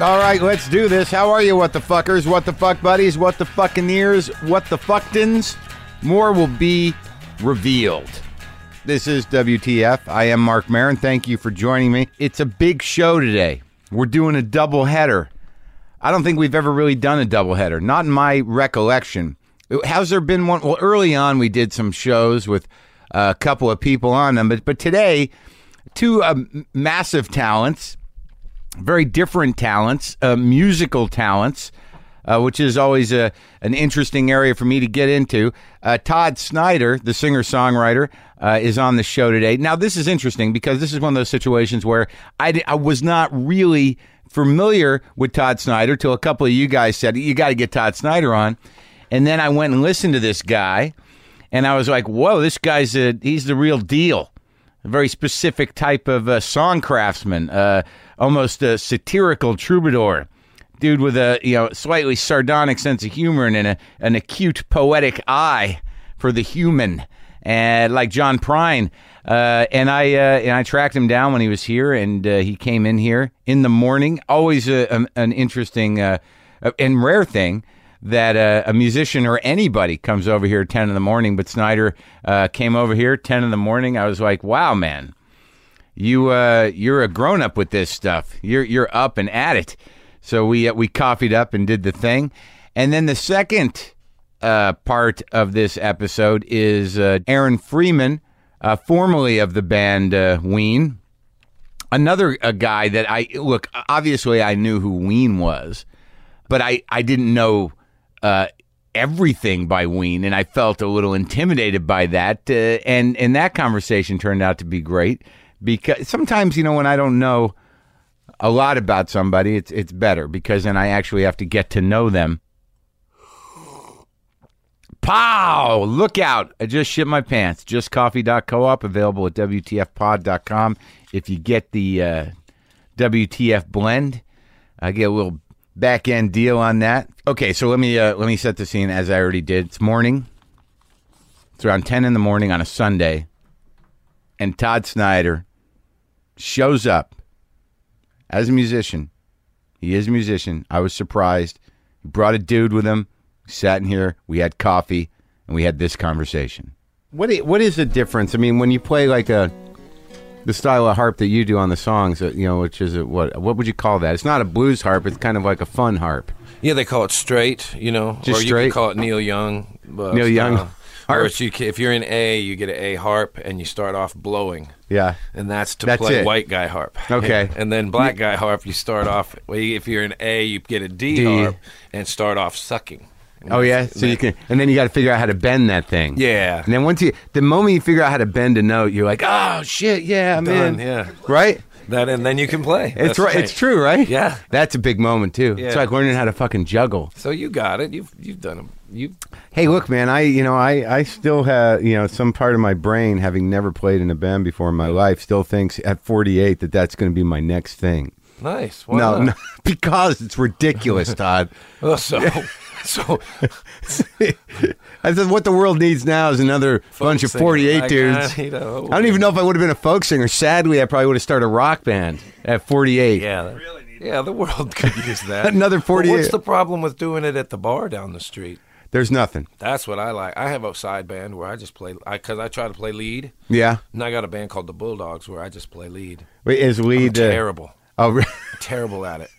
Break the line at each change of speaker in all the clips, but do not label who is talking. All right, let's do this. How are you, what the fuckers? What the fuck buddies? What the fucking ears? What the fucktins? More will be revealed. This is WTF. I am Mark Marin. Thank you for joining me. It's a big show today. We're doing a double header. I don't think we've ever really done a doubleheader, not in my recollection. Has there been one? Well, early on, we did some shows with a couple of people on them, but, but today, two um, massive talents, very different talents, uh, musical talents, uh, which is always a, an interesting area for me to get into. Uh, Todd Snyder, the singer songwriter, uh, is on the show today. Now, this is interesting because this is one of those situations where I, di- I was not really familiar with Todd Snyder till a couple of you guys said, You got to get Todd Snyder on. And then I went and listened to this guy, and I was like, Whoa, this guy's a, he's the real deal a very specific type of uh, song craftsman, uh, almost a satirical troubadour, dude with a you know slightly sardonic sense of humor and an, an acute poetic eye for the human, and like John Prine. Uh, and I uh, and I tracked him down when he was here, and uh, he came in here in the morning. Always a, an- an interesting uh, and rare thing that uh, a musician or anybody comes over here at 10 in the morning, but Snyder uh, came over here 10 in the morning. I was like, wow, man, you, uh, you're a grown up with this stuff. You're, you're up and at it. So we, uh, we coffeed up and did the thing. And then the second uh, part of this episode is uh, Aaron Freeman, uh, formerly of the band uh, Ween another a guy that I look obviously I knew who Ween was, but I I didn't know uh, everything by Ween, and I felt a little intimidated by that. Uh, and and that conversation turned out to be great because sometimes you know when I don't know a lot about somebody, it's it's better because then I actually have to get to know them. Pow! Look out. I just shit my pants. Just Justcoffee.coop, available at WTFpod.com. If you get the uh, WTF blend, I get a little back end deal on that. Okay, so let me uh, let me set the scene as I already did. It's morning. It's around 10 in the morning on a Sunday. And Todd Snyder shows up as a musician. He is a musician. I was surprised. He brought a dude with him. We sat in here. We had coffee, and we had this conversation. What i- what is the difference? I mean, when you play like a the style of harp that you do on the songs, uh, you know, which is a, what what would you call that? It's not a blues harp. It's kind of like a fun harp.
Yeah, they call it straight, you know,
Just
or you
straight?
can call it Neil Young. uh,
Neil Young
style.
harp.
Or if, you, ca- if you're in A, you get an A harp and you start off blowing.
Yeah.
And that's to
That's
play
it.
white guy harp.
Okay.
And then black guy harp, you start off, well, you- if you're in A, you get a D,
D.
harp and start off sucking.
Oh yeah. So you can, and then you got to figure out how to bend that thing.
Yeah.
And then once you, the moment you figure out how to bend a note, you're like, oh shit, yeah, I'm
Done,
in.
yeah.
Right.
That, and then you can play. That's
It's right. It's true, right?
Yeah.
That's a big moment too.
Yeah.
It's like learning how to fucking juggle.
So you got it. You've, you've done them. You,
Hey, look, man. I, you know, I, I still have, you know, some part of my brain, having never played in a band before in my life, still thinks at 48 that that's going to be my next thing.
nice. Why
no,
not?
no, because it's ridiculous, Todd.
Well, so, so
I said, what the world needs now is another bunch of
singer
48
like
dudes.
that, you know.
I don't even know if I would have been a folk singer. Sadly, I probably would have started a rock band at 48.
Yeah, that- yeah, the world could use that.
Another
But
48.
what's the problem with doing it at the bar down the street?
There's nothing.
That's what I like. I have a side band where I just play because I, try to play lead,
Yeah.
and I got a band called the Bulldogs where I just play lead.
Wait, Is lead. uh,
terrible,
oh, re-
terrible at it.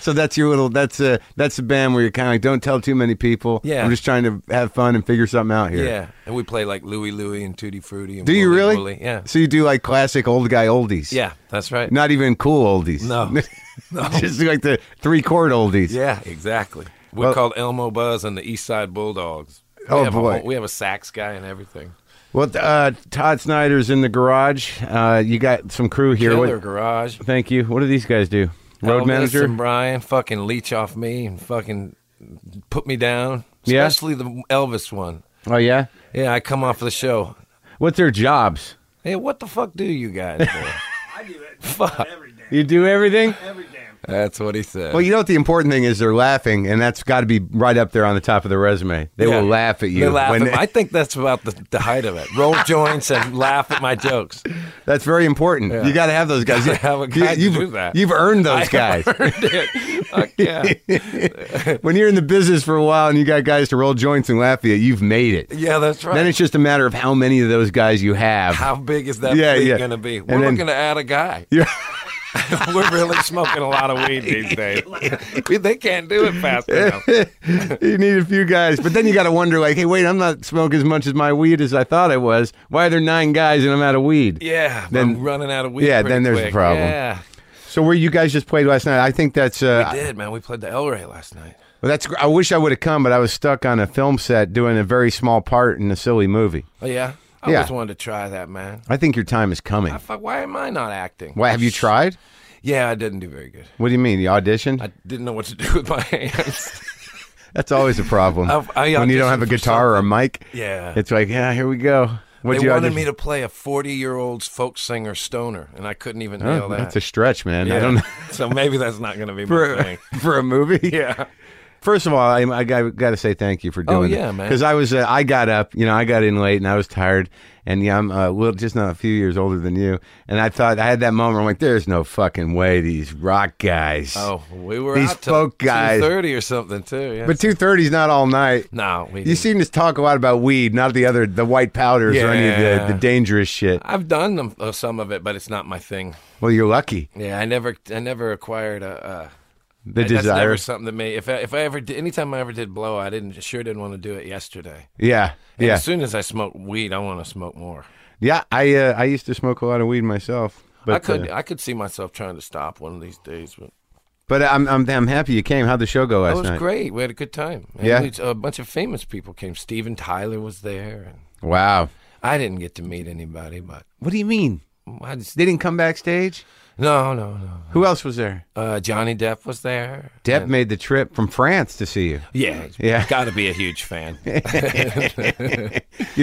so that's your little. That's a that's a band where you're kind of like, don't tell too many people.
Yeah.
I'm just trying to have fun and figure something out here.
Yeah, and we play like Louie Louie and Tutti Frutti. And
Do you
Wooly
really?
Wooly. Yeah,
So you do like classic old guy oldies.
yeah, that's right.
Not even cool oldies.
No. No.
just like the three chord oldies.
Yeah, exactly. We're
Well-
called Elmo Buzz and the East Side Bulldogs. We
Oh,
have a
boy.
whole- we have a sax guy and everything.
Well, uh, Todd Snyder's in the garage. Uh, you got some crew here.
Killer
What,
Garage.
thank you. What do these guys do? Road
Elvis
manager.
and Brian fucking leech off me and fucking put me down.
Yeah?
Especially the Elvis one.
Oh yeah.
Yeah, I come off the show.
What's their jobs?
Hey, what the fuck do you guys? do?
I do it
Fuck.
every damn,
You do everything.
every damn.
That's what he said.
Well, you know what the important thing is? They're laughing, and that's got to be right up there on the top of the resume. They
Yeah.
will laugh at you.
They laugh
when
at- I think that's about the, the height of it. Roll joints and laugh at my jokes.
that's very important. You got to have those guys.
Gotta have a guy to
you've,
do that.
you've earned those guys.
Earned it. Fuck yeah.
when you're in the business for a while and you got guys to roll joints and laugh at you, you've made it.
Yeah, that's right.
Then it's just a matter of how many of those guys you have.
How big is that
Yeah,
fleet
yeah.
going to be?
And
We're
then-
looking to add a guy.
Yeah.
We're really smoking a lot of weed these days. We- they can't do it fast enough.
you need a few guys, but then you got to wonder, like, hey, wait, I'm not smoking as much as my weed as I thought I was. Why are there nine guys and I'm out of weed?
Yeah,
Then-
I'm running out of weed.
yeah,
pretty
then there's a
quick.
problem.
Yeah,
So where you guys just played last night? I think that's uh,
I did, man. We played the El Rey last night.
Well, that's. gr- I wish I would have come, but I was stuck on a film set doing a very small part in a silly movie.
Oh yeah, I
Yeah.
always wanted to try that, man.
I think your time is coming.
I fuck, why am I not acting?
Why have you tried?
Yeah, I didn't do very good.
What do you mean? You auditioned?
I didn't know what to do with my hands.
That's always a problem
I've- I
when you don't
auditioned
have a
uh, for
guitar or a mic.
Yeah.
it's like yeah, here we go. What
they
you
wanted
audition-
me to play a 40 year old folk singer stoner, and I couldn't even
Oh,
nail that.
that's a stretch, man. I
Yeah.
don't know.
so maybe that's not going to be
for
my thing.
a, for a movie.
Yeah.
First of all, I, I got, got to say thank you for doing
Oh,
it.
yeah, man.
Because I was, uh, I got up, you know, I got in late and I was tired, and yeah, I'm uh, little, just not a few years older than you, and I thought I had that moment. Where I'm like, there's no fucking way these rock guys.
Oh, we were
These
out
folk
till
guys.
2:30 or something too. Yeah.
but two thirty's not all night.
no, we
You
didn't.
seem to talk a lot about weed, not the other, the white powders or any of
Yeah.
the, the dangerous shit.
I've done them, uh, some of it, but it's not my thing.
Well, you're lucky.
Yeah, I never, I never acquired a. Uh,
The
That's never
desire,
something to me. If I, if I ever, did, anytime I ever did blow, I didn't, sure didn't want to do it yesterday.
yeah,
And
yeah,
As soon as I smoke weed, I want to smoke more.
yeah. I uh, I used to smoke a lot of weed myself, but
I could,
uh,
I could see myself trying to stop one of these days. But
but I'm, I'm I'm happy you came. How'd the show go last
it was
night?
great. We had a good time. And
Yeah?
we- a bunch of famous people came. Steven Tyler was there, and
Wow.
I didn't get to meet anybody, but
What do you mean?
I just,
They didn't come backstage?
no, no, no.
Who else was there? Uh,
Uh, Johnny Depp was there.
Depp made the trip from France to see you.
Yeah,
Yeah.
got to be a huge fan.
You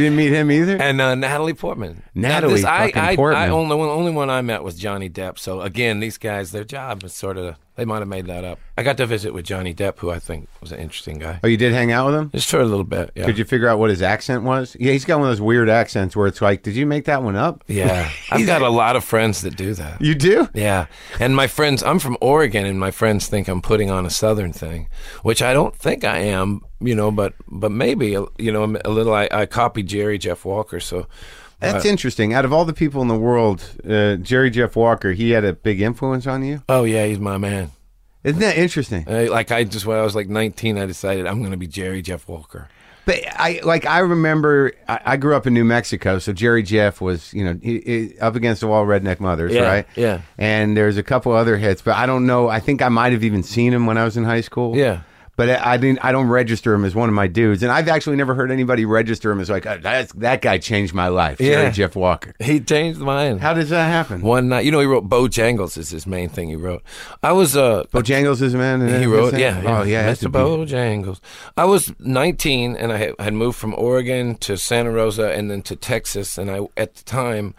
didn't meet him either?
and uh, Natalie Portman.
Natalie
Now, I,
fucking
I,
Portman.
I only one- only one I met was Johnny Depp. So again, these guys, their job is sort of they might have made that up. I got to visit with Johnny Depp, who I think was an interesting guy,
Oh, you did hang out with him?
just for a little bit. Yeah,
Could you figure out what his accent was? Yeah, he's got one of those weird accents where it's like, did you make that one up?
yeah. I've got a lot of friends that do that.
You do?
Yeah, and my friends, I'm from Oregon, and my friends think I'm putting on a Southern thing, which I don't think I am. You know, but but maybe you know a little. I, I copied Jerry Jeff Walker, so.
That's interesting. Out of all the people in the world, uh, Jerry Jeff Walker, he had a big influence on you.
Oh yeah, he's my man.
Isn't that interesting?
Uh, like I just when I was like 19, I decided I'm going to be Jerry Jeff Walker.
But I like I remember I, I grew up in New Mexico, so Jerry Jeff was you know he, he, up against the wall, redneck mothers,
Yeah,
right?
yeah.
And there's a couple other hits, but I don't know. I think I might have even seen him when I was in high school.
Yeah.
But I, I didn't. I don't register him as one of my dudes, and I've actually never heard anybody register him as like "Oh, that's, that guy changed my life. Jerry
Yeah.
Jeff Walker.
He changed mine.
How does that happen?
One night, you know, he wrote Bojangles is his main thing. He wrote. I was uh,
Bojangles is a man. and
he
that's
wrote,
it?
yeah,
Oh yeah, that's a
Mr.
beaut-
Bojangles. I was 19 and I had- had moved from Oregon to Santa Rosa and then to Texas. And I, at the time,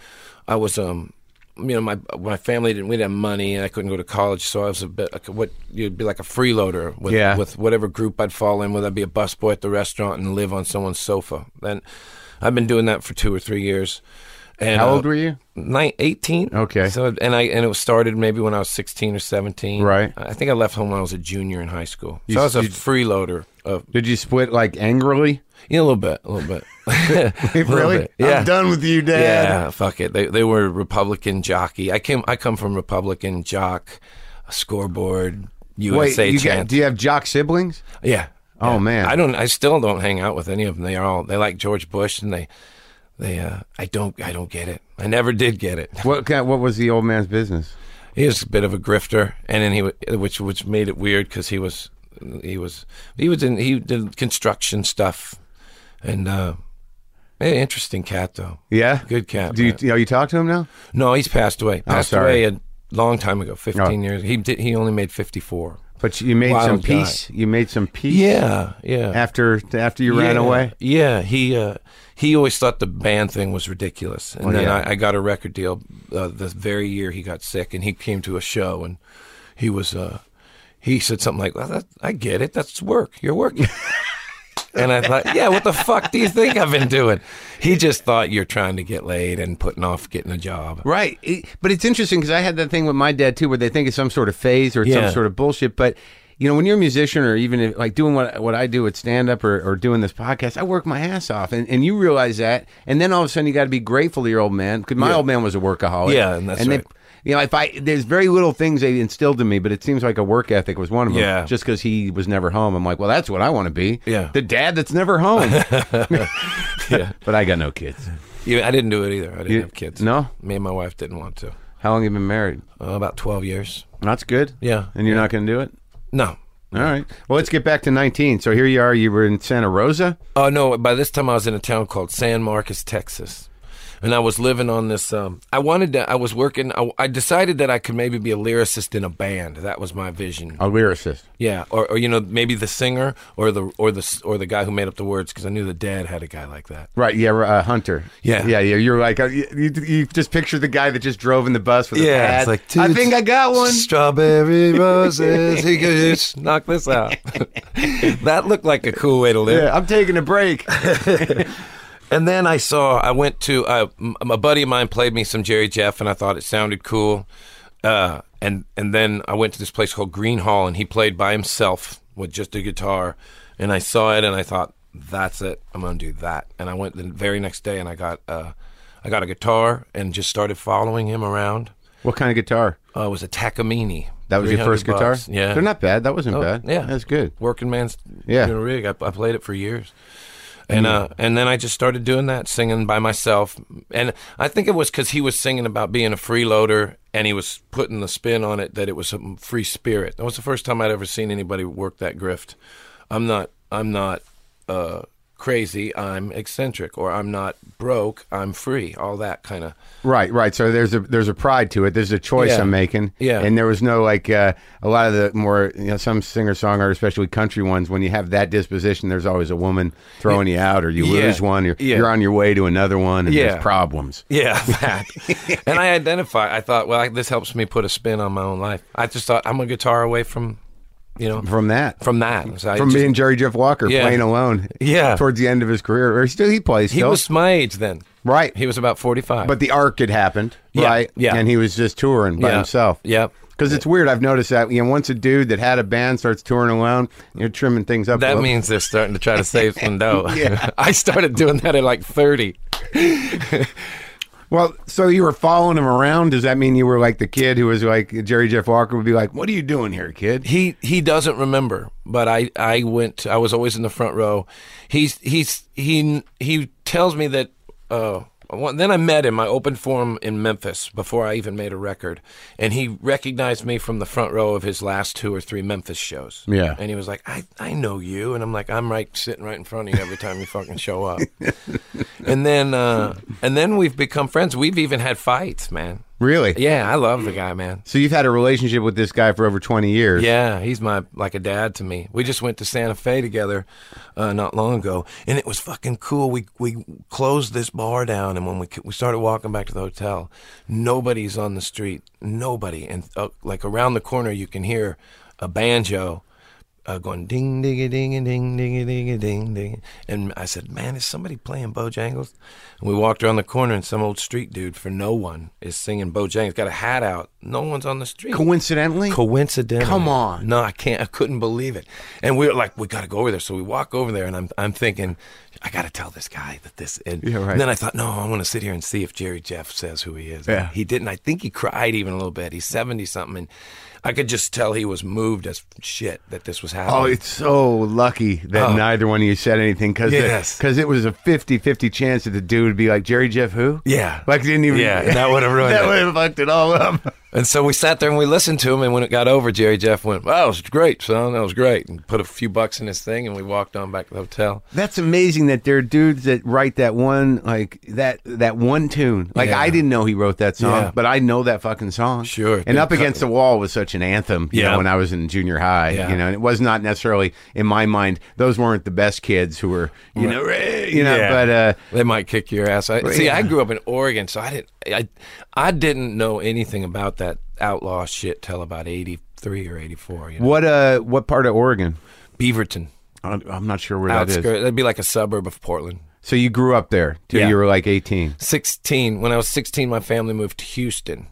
I was um, you know, my my family didn't we didn't have money and I couldn't go to college, so I was a bit like what you'd be like a freeloader with
Yeah.
with whatever group I'd fall in, whether I'd be a busboy at the restaurant and live on someone's sofa. Then I've been doing that for two or three years. And
How
uh,
old were you?
Nine, 18.
Okay.
So and I and it was started maybe when I was 16 or 17.
Right.
I think I left home when I was a junior in high school.
You-
so I was a
you-
freeloader. Of,
Did you split like angrily?
yeah, a little bit, a little bit. A little
really?
bit. Yeah.
I'm done with you, Dad.
Yeah, fuck it. They they were Republican jockey. I came I come from Republican jock, scoreboard, USA
you got-
chant.
do you have jock siblings?
yeah.
Oh,
Yeah.
man.
I don't I still don't hang out with any of them. They are all they like George Bush and they they uh I don't I don't get it. I never did get it.
What kind, what was the old man's business?
He was a bit of a grifter, and then he wa- which which made it weird because he was he was he was in he did construction stuff, and uh, eh, interesting cat though.
Yeah,
Good cat,
Do you, oh,
man.
you know you talk to him now?
No, he's passed away. Passed
Oh, sorry.
away a long time ago, fifteen
Oh.
years. He did he only made fifty four.
But you made some
Wild guy.
peace. You made some peace.
Yeah, yeah.
After after you ran
Yeah,
away.
Yeah, he uh, he always thought the band thing was ridiculous, and then
Oh, yeah.
I, I got a record deal uh, the very year he got sick, and he came to a show, and he was uh, he said something like, well, that, "I get it. That's work. You're working." and I thought, "Yeah, what the fuck do you think I've been doing?" He just thought you're trying to get laid and putting off getting a job.
Right. It- but it's interesting because I had that thing with my dad too, where they think it's some sort of phase or it's
Yeah.
some sort of bullshit. But you know, when you're a musician or even if, like doing what what I do at stand up or, or doing this podcast, I work my ass off, and, and you realize that, and then all of a sudden you got to be grateful to your old man because my old man was a workaholic.
Yeah, and that's
they-
right.
you know, if I there's very little things they instilled in me, but it seems like a work ethic was one of them.
Yeah.
Just because he was never home, I'm like, well, that's what I want to be.
Yeah.
The dad that's never home.
Yeah.
But I got no kids.
Yeah, I didn't do it either. I didn't
You-
have kids.
no?
me and my wife didn't want to.
How long have you been married?
Uh, about twelve years.
That's good.
Yeah.
And you're not going to do it.
No.
All right. Well, let's get back to 19. So here you are. You were in Santa Rosa.
Oh no! By this time, I was in a town called San Marcos, Texas, and I was living on this. Um, I wanted to. I was working. I, I decided that I could maybe be a lyricist in a band. That was my vision.
A lyricist.
Yeah, or, or you know maybe the singer or the or the or the guy who made up the words because I knew the dad had a guy like that.
Right. Yeah. Uh, Hunter.
Yeah.
Yeah. Yeah. You're like, uh, you, you you just picture the guy that just drove in the bus with a pad. I think I got one.
Strawberry roses. he could just knock this out. that looked like a cool way to live.
Yeah. I'm taking a break.
And then I saw, I went to, uh, m- a buddy of mine played me some Jerry Jeff, and I thought it sounded cool. Uh, and and then I went to this place called Green Hall, and he played by himself with just a guitar. And I saw it, and I thought, that's it. I'm gonna do that. And I went the very next day, and I got, uh, I got a guitar, and just started following him around.
what kind of guitar?
Uh, it was a Takamine.
That was your
300
first guitar?
bucks. Yeah, Oh,
They're not bad. That wasn't bad.
yeah,
That's good.
Working man's
Yeah.
you know, rig. I, I played it for years, and uh, and then I just started doing that, singing by myself. And I think it was because he was singing about being a freeloader, and he was putting the spin on it that it was a free spirit. That was the first time I'd ever seen anybody work that grift. I'm not. I'm not. Uh, crazy i'm eccentric or i'm not broke i'm free all that kind of
Right, right. So there's a there's a pride to it. There's a choice
Yeah.
I'm making.
Yeah.
And there was no like uh, a lot of the more you know some singer songwriter, especially country ones. When you have that disposition, there's always a woman throwing you out, or you
Yeah.
lose one, or
Yeah.
you're on your way to another one, and
Yeah.
there's problems.
Yeah, that. and I identify. I thought, well, I, this helps me put a spin on my own life. I just thought I'm a guitar away from, you know,
From that,
from that. So I
from
just-
being Jerry Jeff Walker
Yeah.
playing alone.
Yeah.
Towards the end of his career, or he still he plays.
he
still.
was my age then.
right.
He was about 45.
but the arc had happened,
Yeah,
right?
yeah.
And he was just touring by
Yeah,
himself.
Yep.
Because it's weird. I've noticed that. You know, once a dude that had a band starts touring alone, you're trimming things up. a
That
little.
means they're starting to try to save some dough. I started doing that at like 30.
Well, so you were following him around. Does that mean you were like the kid who was like Jerry Jeff Walker would be like, "What are you doing here, kid?"
He he doesn't remember, but I I went. I was always in the front row. He's he's he he tells me that. Uh, one- then I met him. I opened for him in Memphis before I even made a record, and he recognized me from the front row of his last two or three Memphis shows.
Yeah.
and he was like, "I I know you," and I'm like, "I'm right sitting right in front of you every time you fucking show up." and then uh, and then we've become friends. We've even had fights, man.
Really?
Yeah, I love the guy, man.
So you've had a relationship with this guy for over twenty years.
Yeah, he's my like a dad to me. We just went to Santa Fe together uh, not long ago, and it was fucking cool. We we closed this bar down, and when we c- we started walking back to the hotel, nobody's on the street, nobody, and uh, like around the corner you can hear a banjo. Uh, going ding ding ding ding ding ding ding ding, and I said, "Man, is somebody playing Bojangles?" And we walked around the corner, and some old street dude for no one is singing Bojangles. Got a hat out, no one's on the street.
Coincidentally,
Coincidentally.
Come on.
No, I can't. I couldn't believe it. And we were like, we got to go over there. So we walk over there, and I'm, I'm thinking, I got to tell this guy that this. And,
Yeah, right.
and then I thought, no, I want to sit here and see if Jerry Jeff says who he is.
Yeah.
He didn't. I think he cried even a little bit. He's 70 something. And I could just tell he was moved as shit that this was happening.
Oh, it's so lucky that
Oh.
neither one of you said anything because
Yes.
it was a 50-50 chance that the dude would be like Jerry Jeff who?
Yeah.
like didn't even
Yeah, that would've ruined
that
it.
would have fucked it all up.
And so we sat there and we listened to him. And when it got over, Jerry Jeff went, "Wow, it was great, son. That was great." And put a few bucks in his thing, and we walked on back to the hotel.
That's amazing that there are dudes that write that one like that that one tune. Like
Yeah.
I didn't know he wrote that song,
Yeah.
but I know that fucking song.
Sure.
And Up Against the Wall was such an anthem, you
Yeah.
know, when I was in junior high.
Yeah.
You know, and it was not necessarily in my mind, those weren't the best kids who were you know, "Ray," you know,
Yeah.
but uh
They might kick your ass. I, see,
yeah.
I grew up in Oregon, so I didn't. I, I didn't know anything about that outlaw shit till about eighty three or eighty four. You know?
What uh, what part of Oregon?
Beaverton,
I- I'm not sure where that
outskirts.
is.
That'd be like a suburb of Portland.
So you grew up there till
Yeah.
you were like 18.
16 when i was 16 my family moved to houston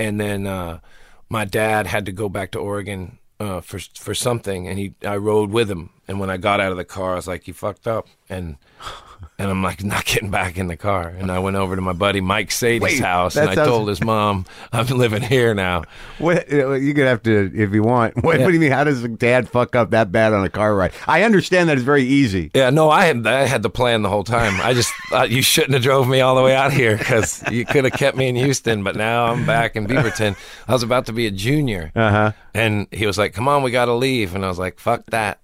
and then uh, my dad had to go back to oregon uh, for for something and he i rode with him and when i got out of the car i was like you fucked up and and i'm like not getting back in the car and i went over to my buddy mike sadie's
Wait,
house
that
and i
sounds-
told his mom i'm living here now
What you could have to if you want. What, what do you mean? How does a dad fuck up that bad on a car ride? I understand that it's very easy.
yeah no i had i had the plan the whole time i just thought you shouldn't have drove me all the way out here because you could have kept me in houston but now i'm back in beaverton i was about to be a junior
Uh huh.
And he was like, "Come on, we gotta leave." And I was like, "Fuck that."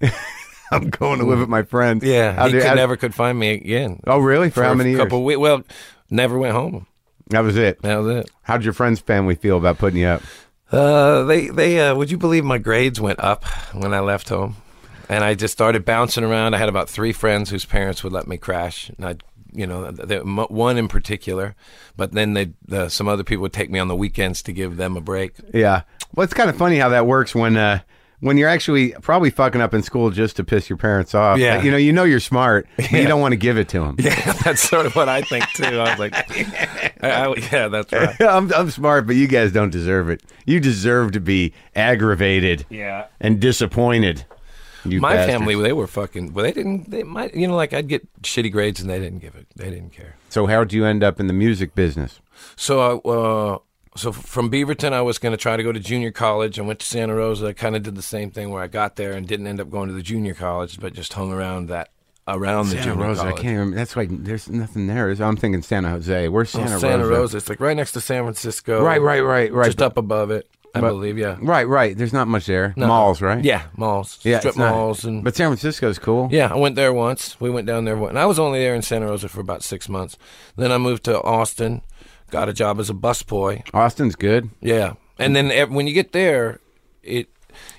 I'm going to live with my friends.
Yeah,
How
he
do-
could
how-
never could find me again.
Oh, really? For, how
a
many years?
Couple we- well, never went home.
That was it.
That was it.
How'd your friends' family feel about putting you up?
Uh, they they uh, would you believe my grades went up when I left home, and I just started bouncing around. I had about three friends whose parents would let me crash, and I. You know, th- th- m- one in particular, but then they the, some other people would take me on the weekends to give them a break.
Yeah. Well, it's kind of funny how that works when uh, when you're actually probably fucking up in school just to piss your parents off.
Yeah.
You know, you know you're smart, but you don't want to give it to them.
Yeah, that's sort of what I think too. I was like, I- I- yeah, that's right.
I'm, I'm smart, but you guys don't deserve it. You deserve to be aggravated
Yeah.
and disappointed. You
my
bastards.
family they were fucking well they didn't they might you know like i'd get shitty grades and they didn't give it they didn't care
So how'd you end up in the music business?
so i uh so f- from beaverton i was going to try to go to junior college i went to santa rosa i kind of did the same thing where i got there and didn't end up going to the junior college but just hung around that around the
Santa
junior
Rosa. I
college
can't remember. That's like there's nothing there. Is I'm thinking Santa Jose. Where's
Oh,
Santa,
santa
Rosa?
rosa it's like right next to san francisco
Right, right, right, right.
just up above it i believe yeah
Right, right. There's not much there. Malls, right?
yeah malls
yeah.
strip
it's not-
malls and
but San Francisco's cool.
Yeah, I went there once. We went down there, one- and I was only there in Santa Rosa for about six months. Then I moved to Austin, got a job as a busboy.
Austin's good.
Yeah, and then ev- when you get there, it,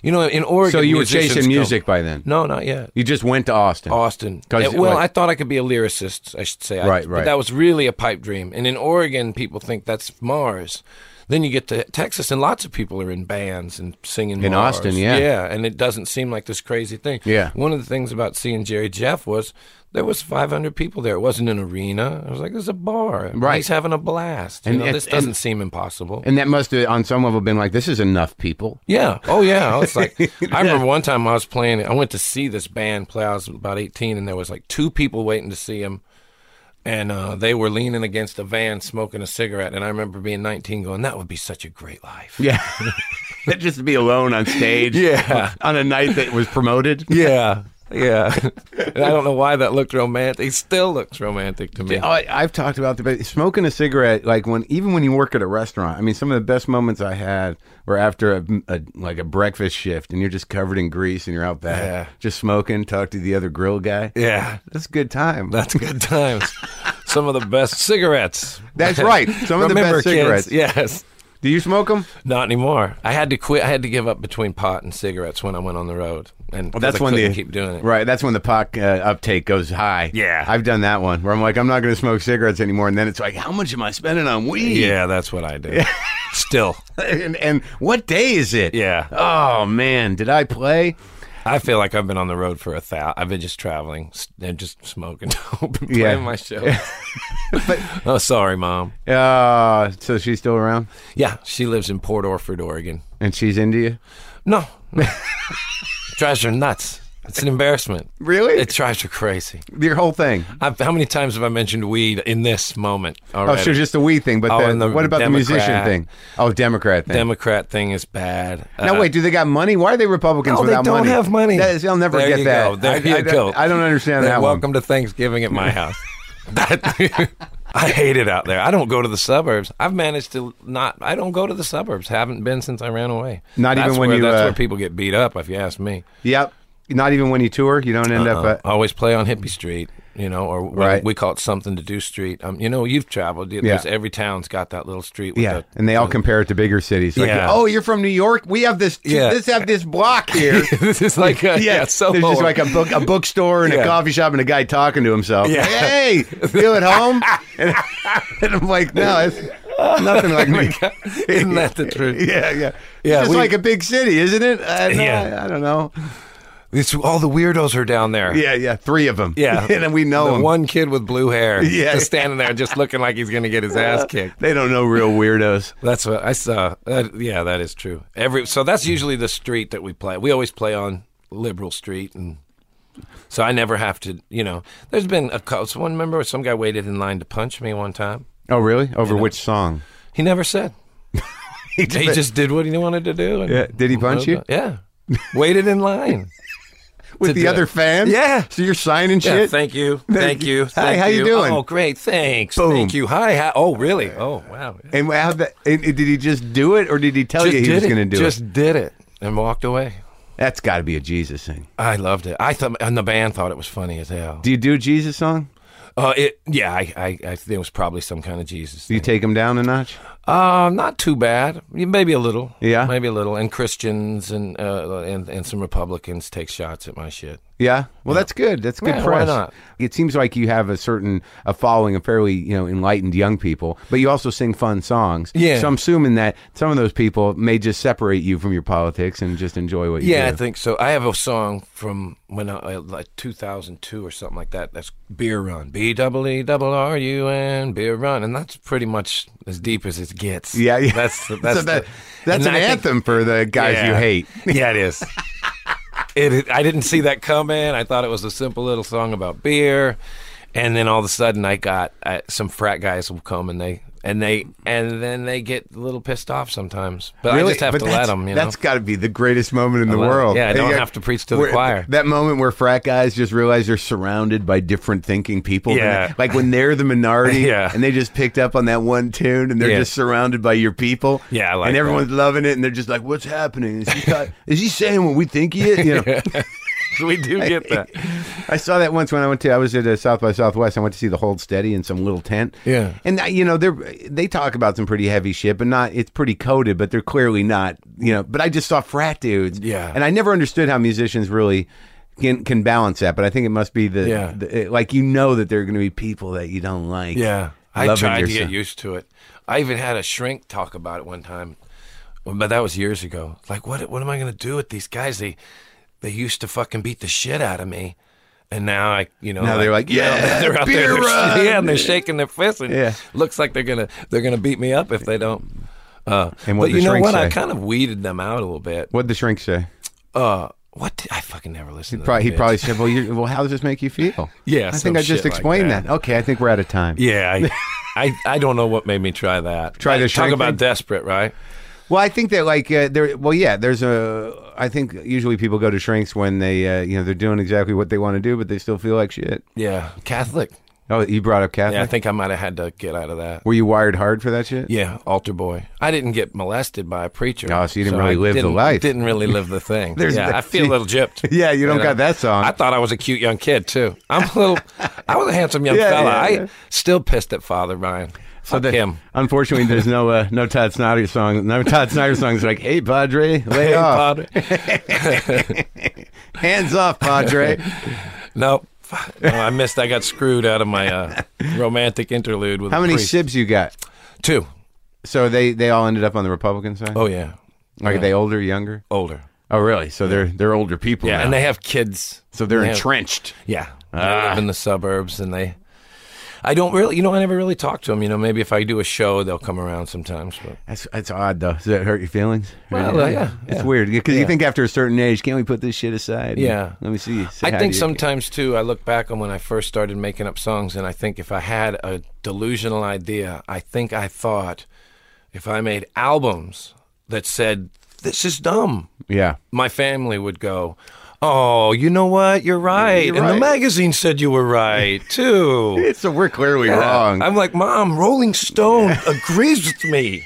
you know, in Oregon.
So you were
musicians
chasing
come-
music by then.
No, not yet.
You just went to Austin.
Austin.
'Cause,
Uh, well,
like-
I thought I could be a lyricist. I should say. I-
Right, right.
But that was really a pipe dream. And in Oregon, people think that's Mars. Then you get to Texas, and lots of people are in bands and singing.
In
Mars.
Austin, yeah.
yeah, and it doesn't seem like this crazy thing.
Yeah.
One of the things about seeing Jerry Jeff was there was 500 people there. It wasn't an arena. I was like, "There's a bar.
Right.
He's having a blast."
And
you know,
it's-
this doesn't
and-
seem impossible.
And that must have, on some level, been like, this is enough people.
Yeah. Oh, yeah. I was like, I remember one time I was playing. I went to see this band play. I was about eighteen, and there was like two people waiting to see him, and uh, they were leaning against a van smoking a cigarette. And I remember being nineteen, going, "That would be such a great life."
Yeah. just to be alone on stage.
Yeah.
On a night that was promoted.
Yeah. Yeah. and I don't know why that looked romantic. It still looks romantic to me.
I, I've talked about the but smoking a cigarette, like when even when you work at a restaurant. I mean, some of the best moments I had were after a, a like a breakfast shift, and you're just covered in grease, and you're out back,
Yeah.
just smoking, talk to the other grill guy.
Yeah.
That's a good time.
That's good times. Some of the best cigarettes.
That's right. Some of the
Remember,
best cigarettes.
Kids, yes.
Do you smoke them?
Not anymore. I had to quit. I had to give up between pot and cigarettes when I went on the road, and
Well, that's
I
when
couldn't
the
keep doing it.
Right, that's when the pot uh, uptake goes high.
Yeah.
I've done that one where I'm like, I'm not going to smoke cigarettes anymore, and then it's like, how much am I spending on weed?
Yeah, that's what I did. Still,
and, and what day is it?
Yeah.
Oh man, did I play?
I feel like I've been on the road for a thou. I've been just traveling s- and just smoking dope and playing
Yeah.
my show. oh, sorry, mom.
Uh, so she's still around,
Yeah, she lives in Port Orford, Oregon.
and she's into you.
No, no. drives her nuts. It's an embarrassment.
Really?
It drives her crazy.
Your whole thing.
I've, how many times have I mentioned weed in this moment
Oh,
already?
so just the weed thing, but
Oh,
the-
and the
what about the musician
Democrat.
thing? Oh, Democrat thing.
Democrat thing is bad.
now
Uh,
wait, do they got money? Why are they Republicans
No, they
without
don't
money?
have money.
That is, they'll never
There
get
you
that.
go. There
I,
you
I,
go.
I don't understand
Then
that one.
welcome to Thanksgiving at my house. That- I hate it out there. I don't go to the suburbs. I've managed to not. I don't go to the suburbs. Haven't been since I ran away.
Not
That's
even when
where,
you,
That's
uh,
where people get beat up. If you ask me,
Yep. Not even when you tour, you don't end up.
Uh,
At,
I always play on Hippie Street. You know, or what
Right.
we call it something to do street. Um, you know, you've traveled. Yeah. There's every town's got that little street. With
Yeah,
the-
and they all compare it to bigger cities. Like,
Yeah.
oh, you're from New York. We have this.
Yeah.
This have this block here.
this is like a, yeah, so
there's just like a book, a bookstore, and a
Yeah.
coffee shop, and a guy talking to himself.
Yeah.
Hey, feel at home? And, and I'm like, no, it's, Nothing like New
Isn't that the truth?
Yeah, yeah.
Oh Yeah,
It's
we-
like a big city, isn't it? I, no,
Yeah.
I, I don't know.
It's, all the weirdos are down there.
Yeah, yeah. Three of them.
Yeah.
and then we know
The
them.
one kid with blue hair.
Oh, um, Yeah.
Just standing there just looking like he's going to get his ass kicked.
They don't know real weirdos.
That's what I saw. That, yeah, that is true. Every So that's usually the street that we play. We always play on Liberal Street. and So I never have to, you know. There's been a couple. One remember some guy waited in line to punch me one time.
Oh, really? Over which song?
He never said. he just, did what he wanted to do. and-
Yeah, did he punch you?
Yeah. Waited in line.
With
To
the
do
other
it.
fan?
Yeah.
So you're signing
Yeah,
shit?
thank you. Thank you.
Hi,
Thank
how you doing?
Oh, great. Thanks.
Boom.
Thank you. Hi. hi. Oh, really? Oh, wow.
and, how the, and did he just do it or did he tell
Just
you Oh, he
did
was
it.
going to do
Just
it?
did it and walked away.
That's got to be a Jesus thing.
I loved it. I thought, and the band thought it was funny as hell.
Do you do a Jesus song?
Uh, it, yeah, I, I, I think it was probably some kind of Jesus.
Do you take him down a notch?
Uh, not too bad. Maybe a little.
Yeah?
maybe a little. And Christians and uh, and and some Republicans take shots at my shit.
Yeah. Well, that's good. That's good
Yeah, why
press.
not?
It seems like you have a certain a following of fairly you know enlightened young people, but you also sing fun songs.
Yeah.
So I'm assuming that some of those people may just separate you from your politics and just enjoy what you
Yeah, I
do.
think so. I have a song from when I, like 2002 or something like that. That's Beer Run, B double E double R U N Beer Run, and that's pretty much as deep as it gets.
Yeah. Yeah.
that's the-
So
that's
that-
the-
that's
and
an
I think-
anthem for the guys you
Yeah.
hate.
yeah, it is. It, it- I didn't see that coming. I thought it was a simple little song about beer, and then all of a sudden, I got I, some frat guys will come and they and they and then they get a little pissed off sometimes. But I just have
But
to
that's-
let them. You know,
That's got to be the greatest moment in the
let 'em.
world.
Yeah, I don't
Yeah.
have to preach to the
Where-
choir.
That moment where frat guys just realize they're surrounded by different thinking people. And
Yeah.
they- like when they're the minority
Yeah.
and they just picked up on that one tune and they're
Yeah.
just surrounded by your people.
Yeah, I like
And
that.
everyone's loving it and they're just like, what's happening? Is he, got- is he saying what we think he is? You know?
we do get that.
I saw that once when I went to I was at uh, South by Southwest. I went to see the Hold Steady in some little tent.
Yeah.
and uh, you know they they talk about some pretty heavy shit, but not it's pretty coded. But they're clearly not you know. But I just saw frat dudes.
Yeah.
and I never understood how musicians really. Can, can balance that, but I think it must be the,
Yeah.
the- it- like you know that there are going to be people that you don't like.
Yeah. I
loving
tried to
yourself.
get used to it. I even had a shrink talk about it one time, but that was years ago. Like, what what am I going to do with these guys? They they used to fucking beat the shit out of me, and now I, you know,
Now they're like, "Yeah,
they're out
beer
there,
run!"
they're, yeah, and they're shaking their fists, and
Yeah.
looks like they're gonna they're gonna beat me up if they don't. Uh,
And what'd
but
the
you know
shrink
what? I
say?
kind of weeded them out a little bit.
What'd the shrink say?
Uh, what did, I fucking never listened. to
Probably, he
that bitch.
probably said, "Well, you, well, how does this make you feel?"
Yeah,
I
some
think I just
shit like
explained
that.
that. Okay, I think we're out of time.
yeah. I, I I don't know what made me try that.
Try the
talk
shrink
about
thing?
desperate, right?
Well, I think that like uh, there. Well, yeah, there's a. I think usually people go to shrinks when they, uh, you know, they're doing exactly what they want to do, but they still feel like shit.
Yeah, Catholic.
Oh, you brought up Catholic.
Yeah, I think I might have had to get out of that.
Were you wired hard for that shit?
Yeah, altar boy. I didn't get molested by a preacher.
Oh, so you didn't really
I
live the
didn't-
life.
Didn't really live the thing. yeah,
that-
I feel a little gypped.
Yeah, you don't
know?
got that song.
I thought I was a cute young kid too. I'm a little. I was a handsome young
Yeah,
fella.
yeah,
I
yeah.
still pissed at Father Ryan. So Fuck
that-
him.
Unfortunately, there's no uh, no Todd Snyder song. No Todd Snyder songs like "Hey uh, Padre, lay
Hey,
off,
Father.
hands off, Padre."
no, fuck. no, I missed. I got screwed out of my uh, romantic interlude with
How
a
many
priest.
sibs you got?
Two.
So they they all ended up on the Republican side.
Oh yeah,
like are they older, younger?
older.
Oh, really? So they're they're older people.
Yeah,
now.
and they have kids.
so they're
Yeah.
entrenched.
Yeah. I
Ah.
live in the suburbs and they I don't really you know, I never really talk to them, you know, maybe if I do a show they'll come around sometimes, but
That's that's odd though. Does that hurt your feelings?
Well, uh, yeah,
it's
yeah.
weird because you think after a certain age, can't we put this shit aside?
Yeah.
let me see. Say
I
hi
think
to you.
sometimes too I look back on when I first started making up songs and I think if I had a delusional idea, I think I thought if I made albums that said this is dumb,
Yeah,
my family would go, "Oh, you know what? You're right."
You're
and
right.
the magazine said you were right too.
so we're clearly wrong.
I'm like, Mom, Rolling Stone agrees with me.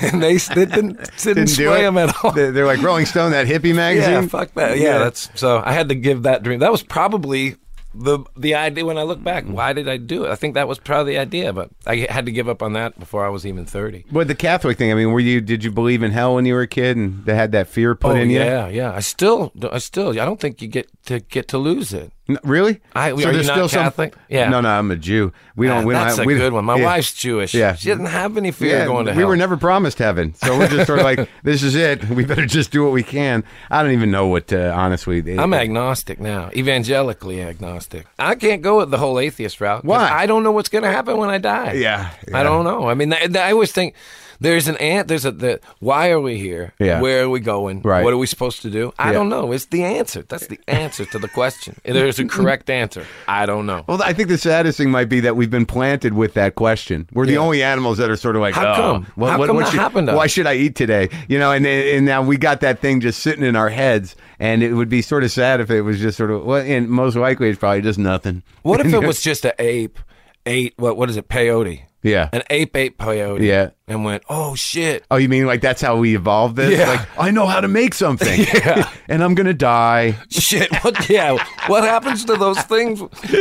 and they s- they didn't, didn't,
Didn't do
sway
it.
them at all.
They- They're like Rolling Stone, that hippie magazine.
yeah, fuck that. Yeah,
Yeah.
that's so I had to give that dream. That was probably the the idea when I look back.
Mm.
Why did I do it? I think that was probably the idea, but I had to give up on that before I was even 30.
But the Catholic thing. I mean, were you? Did you believe in hell when you were a kid, and they had that fear put
Oh,
in you?
yeah, yeah. I still I still I don't think you get to get to lose it.
N- really?
I- are you not Catholic? Yeah.
No, no, I'm a Jew. We don't.
Yeah,
we
that's a
don't, we,
good one. My
yeah.
wife's Jewish.
Yeah.
She doesn't have any fear
Yeah,
of going to
we
hell.
were never promised heaven, so we're just sort of like, this is it. We better just do what we can. I don't even know what. Uh, honestly, it-
I'm agnostic now, evangelically agnostic. I can't go with the whole atheist route. 'cause
Why?
I don't know what's going to happen when I die.
Yeah, yeah.
I don't know. I mean, th- th- I always think there's an ant. There's a the why are we here?
Yeah.
Where are we going?
Right.
What are we supposed to do? I
Yeah.
don't know. It's the answer. That's the answer to the question. There's a correct answer. I don't know.
Well, I think the saddest thing might be that we've been planted with that question. We're the only animals that are sort of like,
How
"Oh,
come?
What,
How
what,
come
what
that
should-
happened to
Why
us?"
should I eat today? You know, and and now we got that thing just sitting in our heads, and it would be sort of sad if it was just sort of. Well, and most likely it's probably just nothing.
What if it was just an ape ate what? What is it? Peyote.
Yeah.
An ape ate peyote.
Yeah.
And went, oh shit.
Oh, you mean like that's how we evolved this?
Yeah.
Like I know how to make something, and I'm gonna die.
Shit! What? Yeah. What happens to those things?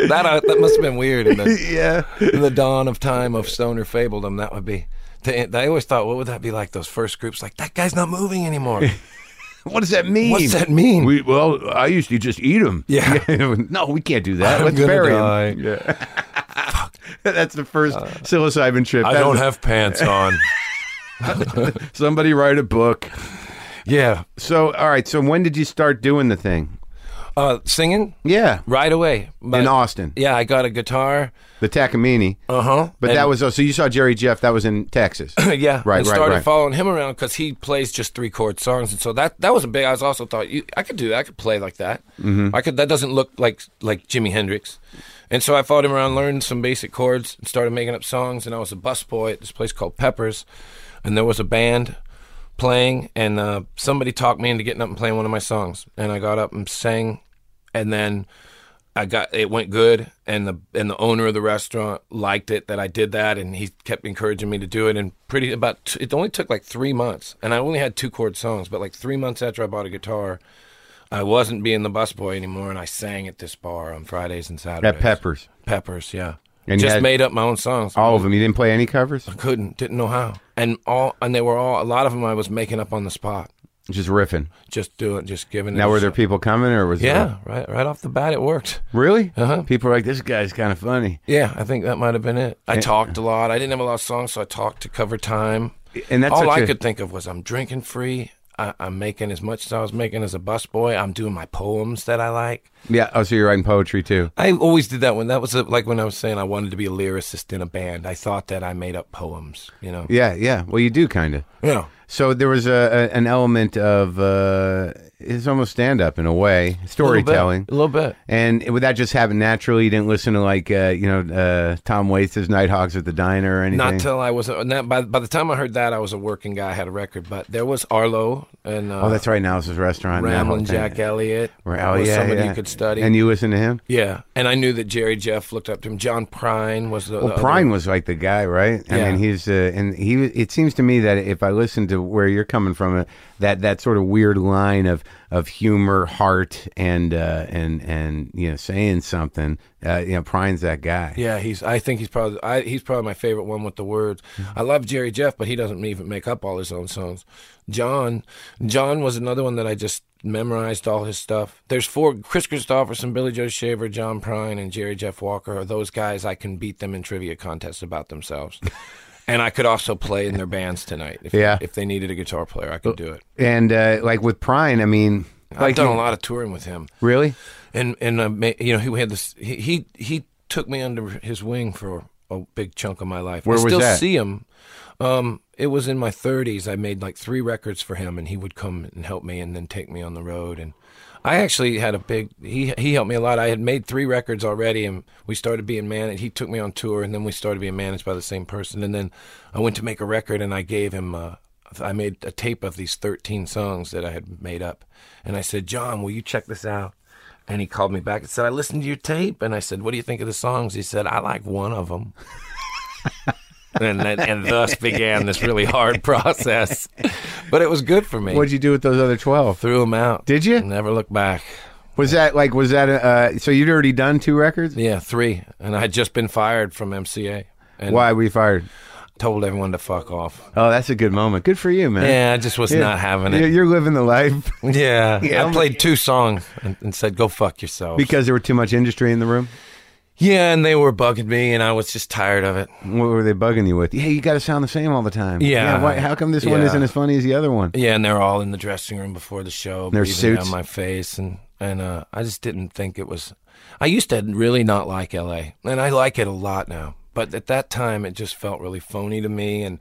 That uh, that must have been weird in the,
yeah.
in the dawn of time of stoner fabledom. That would be. They, they always thought, what would that be like? Those first groups, like that guy's not moving anymore.
What does that mean?
What's that mean?
We, well, I used to just eat them.
Yeah.
no, we can't do that.
I'm
Let's
gonna
bury 'em.
die.
Yeah. That's the first psilocybin trip.
Uh, I
That
don't
was-
have pants on.
Somebody write a book.
yeah.
So, all right. So, when did you start doing the thing?
Uh, singing
Yeah,
right away. But,
in Austin,
yeah, I got a guitar.
the Takamine.
Uh huh.
But that was oh, so you saw Jerry Jeff. That was in Texas.
yeah,
Right,
and
right,
started
right.
following him around because he plays just three chord songs, and so that that was a big. I was also thought you, I could do that. I could play like that. Mm-hmm. I could. That doesn't look like like Jimi Hendrix, and so I followed him around, learned some basic chords, and started making up songs. And I was a busboy at this place called Peppers, and there was a band playing, and uh, somebody talked me into getting up and playing one of my songs, and I got up and sang, and then. I got it went good, and the and the owner of the restaurant liked it that I did that, and he kept encouraging me to do it. And pretty about t- it only took like three months, and I only had two chord songs. But like three months after I bought a guitar, I wasn't being the busboy anymore, and I sang at this bar on Fridays and Saturdays.
At Peppers,
Peppers, yeah,
And you
just
had-
made up my own songs.
all of them. You didn't play any covers,
Couldn't, didn't know how, and all and they were all a lot of them I was making up on the spot,
just riffing.
just doing, just giving. it
Now,
a
were there
shot.
people coming, or was it-
Yeah, right, right off the bat, it worked.
really?
Uh-huh.
People were like, this guy's kind of funny,
Yeah, I think that might have been it. I talked a lot. I didn't have a lot of songs, so I talked to cover time.
and that's
All
such
I
a-
could think of was I'm drinking free. I, I'm making as much as I was making as a busboy. I'm doing my poems that I like.
Yeah. Oh, so you're writing poetry too?
I always did that when that was uh like when I was saying I wanted to be a lyricist in a band. I thought that I made up poems, you know.
Yeah, yeah. Well, you do kind of.
Yeah.
So there was a, a an element of uh, it's almost stand up in a way, storytelling.
A little bit. A little bit.
And it- would that just happen naturally? You didn't listen to like uh, you know uh, Tom Waits' Nighthawks at the diner or anything.
Not till I was uh, not, by by the time I heard that I was a working guy, I had a record. But there was Arlo and uh,
oh, that's right. Now it's his restaurant. and that whole
Ramblin'
thing.
Jack Elliott.
Right. Oh,
was
yeah,
somebody
yeah.
you could study.
And you listen to him.
Yeah, and I knew that Jerry Jeff looked up to him. John Prine was the, the
Well,
other-
Oh, Prine was like the guy, right? I
Yeah.
mean, he's uh, and he. was- It seems to me that if I listen to where you're coming from, uh, that that sort of weird line of of humor, heart, and uh, and and you know, saying something. Uh, you know, Prine's that guy.
Yeah, he's. I think he's probably. I, he's probably my favorite one with the words.
Mm-hmm.
I love Jerry Jeff, but he doesn't even make up all his own songs. John, John was another one that I just memorized all his stuff. There's four: Chris Christopherson, Billy Joe Shaver, John Prine, and Jerry Jeff Walker. Are those guys I can beat them in trivia contests about themselves. And I could also play in their bands tonight. If,
Yeah.
if they needed a guitar player, I could do it.
And uh, like with Prine, I mean,
I've
like
done
you-
a lot of touring with him.
Really?
and and uh, ma- you know he had this he, he he took me under his wing for a big chunk of my life.
Where
I
was
still
that?
see him. Um, it was in my 30s. I made like three records for him, and he would come and help me, and then take me on the road. And I actually had a big he he helped me a lot. I had made three records already, and we started being managed. He took me on tour, and then we started being managed by the same person. And then I went to make a record, and I gave him. Uh, I made a tape of these 13 songs that I had made up, and I said, John, will you check this out? And he called me back and said, I listened to your tape. And I said, What do you think of the songs? He said, I like one of them. and, then- and thus began this really hard process. But it was good for me.
What'd you do with those other twelve?
Threw them out.
Did you?
Never looked back.
Was that like was that uh, so you'd already done two records?
Yeah, three. And I had just been fired from MCA. And
Why were you fired?
told everyone to fuck off.
Oh, that's a good moment. Good for you, man.
Yeah, I just was not having
You're-
it.
You're living the life
Yeah,
Yeah,
I
I'm-
played two songs and, and said, "Go fuck yourself."
because there were too much industry in the room.
yeah, and they were bugging me, and I was just tired of it.
What were they bugging you with? Hey, you got to sound the same all the time.
Yeah.
why, how come this one
Yeah.
isn't as funny as the other one?
Yeah, and they're all in the dressing room before the show,
Their
breathing
suits.
down my face, and and uh, I just didn't think it was. I used to really not like L.A., and I like it a lot now. But at that time, it just felt really phony to me, and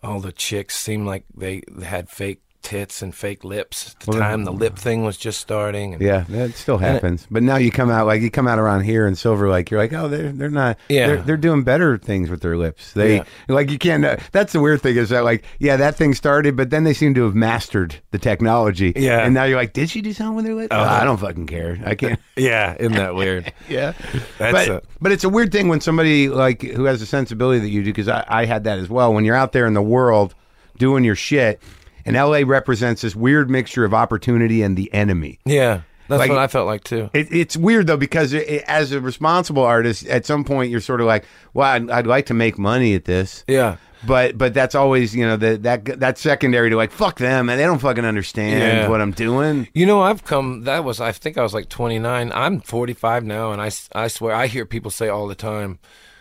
all the chicks seemed like they had fake tits and fake lips. At the time, the lip thing was just starting. And,
mm. Yeah, that still happens. but now you come out like you come out around here in Silver Lake. You're like, oh, they're they're not.
Yeah.
they're, they're doing better things with their lips. They
Yeah.
like you can't. Uh, that's the weird thing is that like yeah, that thing started, but then they seem to have mastered the technology.
Yeah.
and now you're like, did she do something with her lips? Oh, I don't fucking care. I can't.
yeah isn't that weird?
yeah,
That's
but,
a-
but it's a weird thing when somebody like who has the sensibility that you do because I, I had that as well. When you're out there in the world doing your shit, and LA represents this weird mixture of opportunity and the enemy.
Yeah, that's
Like-
what I felt like too.
It, it's weird though because it, it- as a responsible artist, at some point you're sort of like, "Well, I'd, I'd like to make money at this,"
Yeah,
but but that's always you know the, that that's secondary to like fuck them and they don't fucking understand
Yeah.
what I'm doing.
You know, I've come. That was, I think, I was like 29. I'm 45 now, and I, s- I swear, I hear people say all the time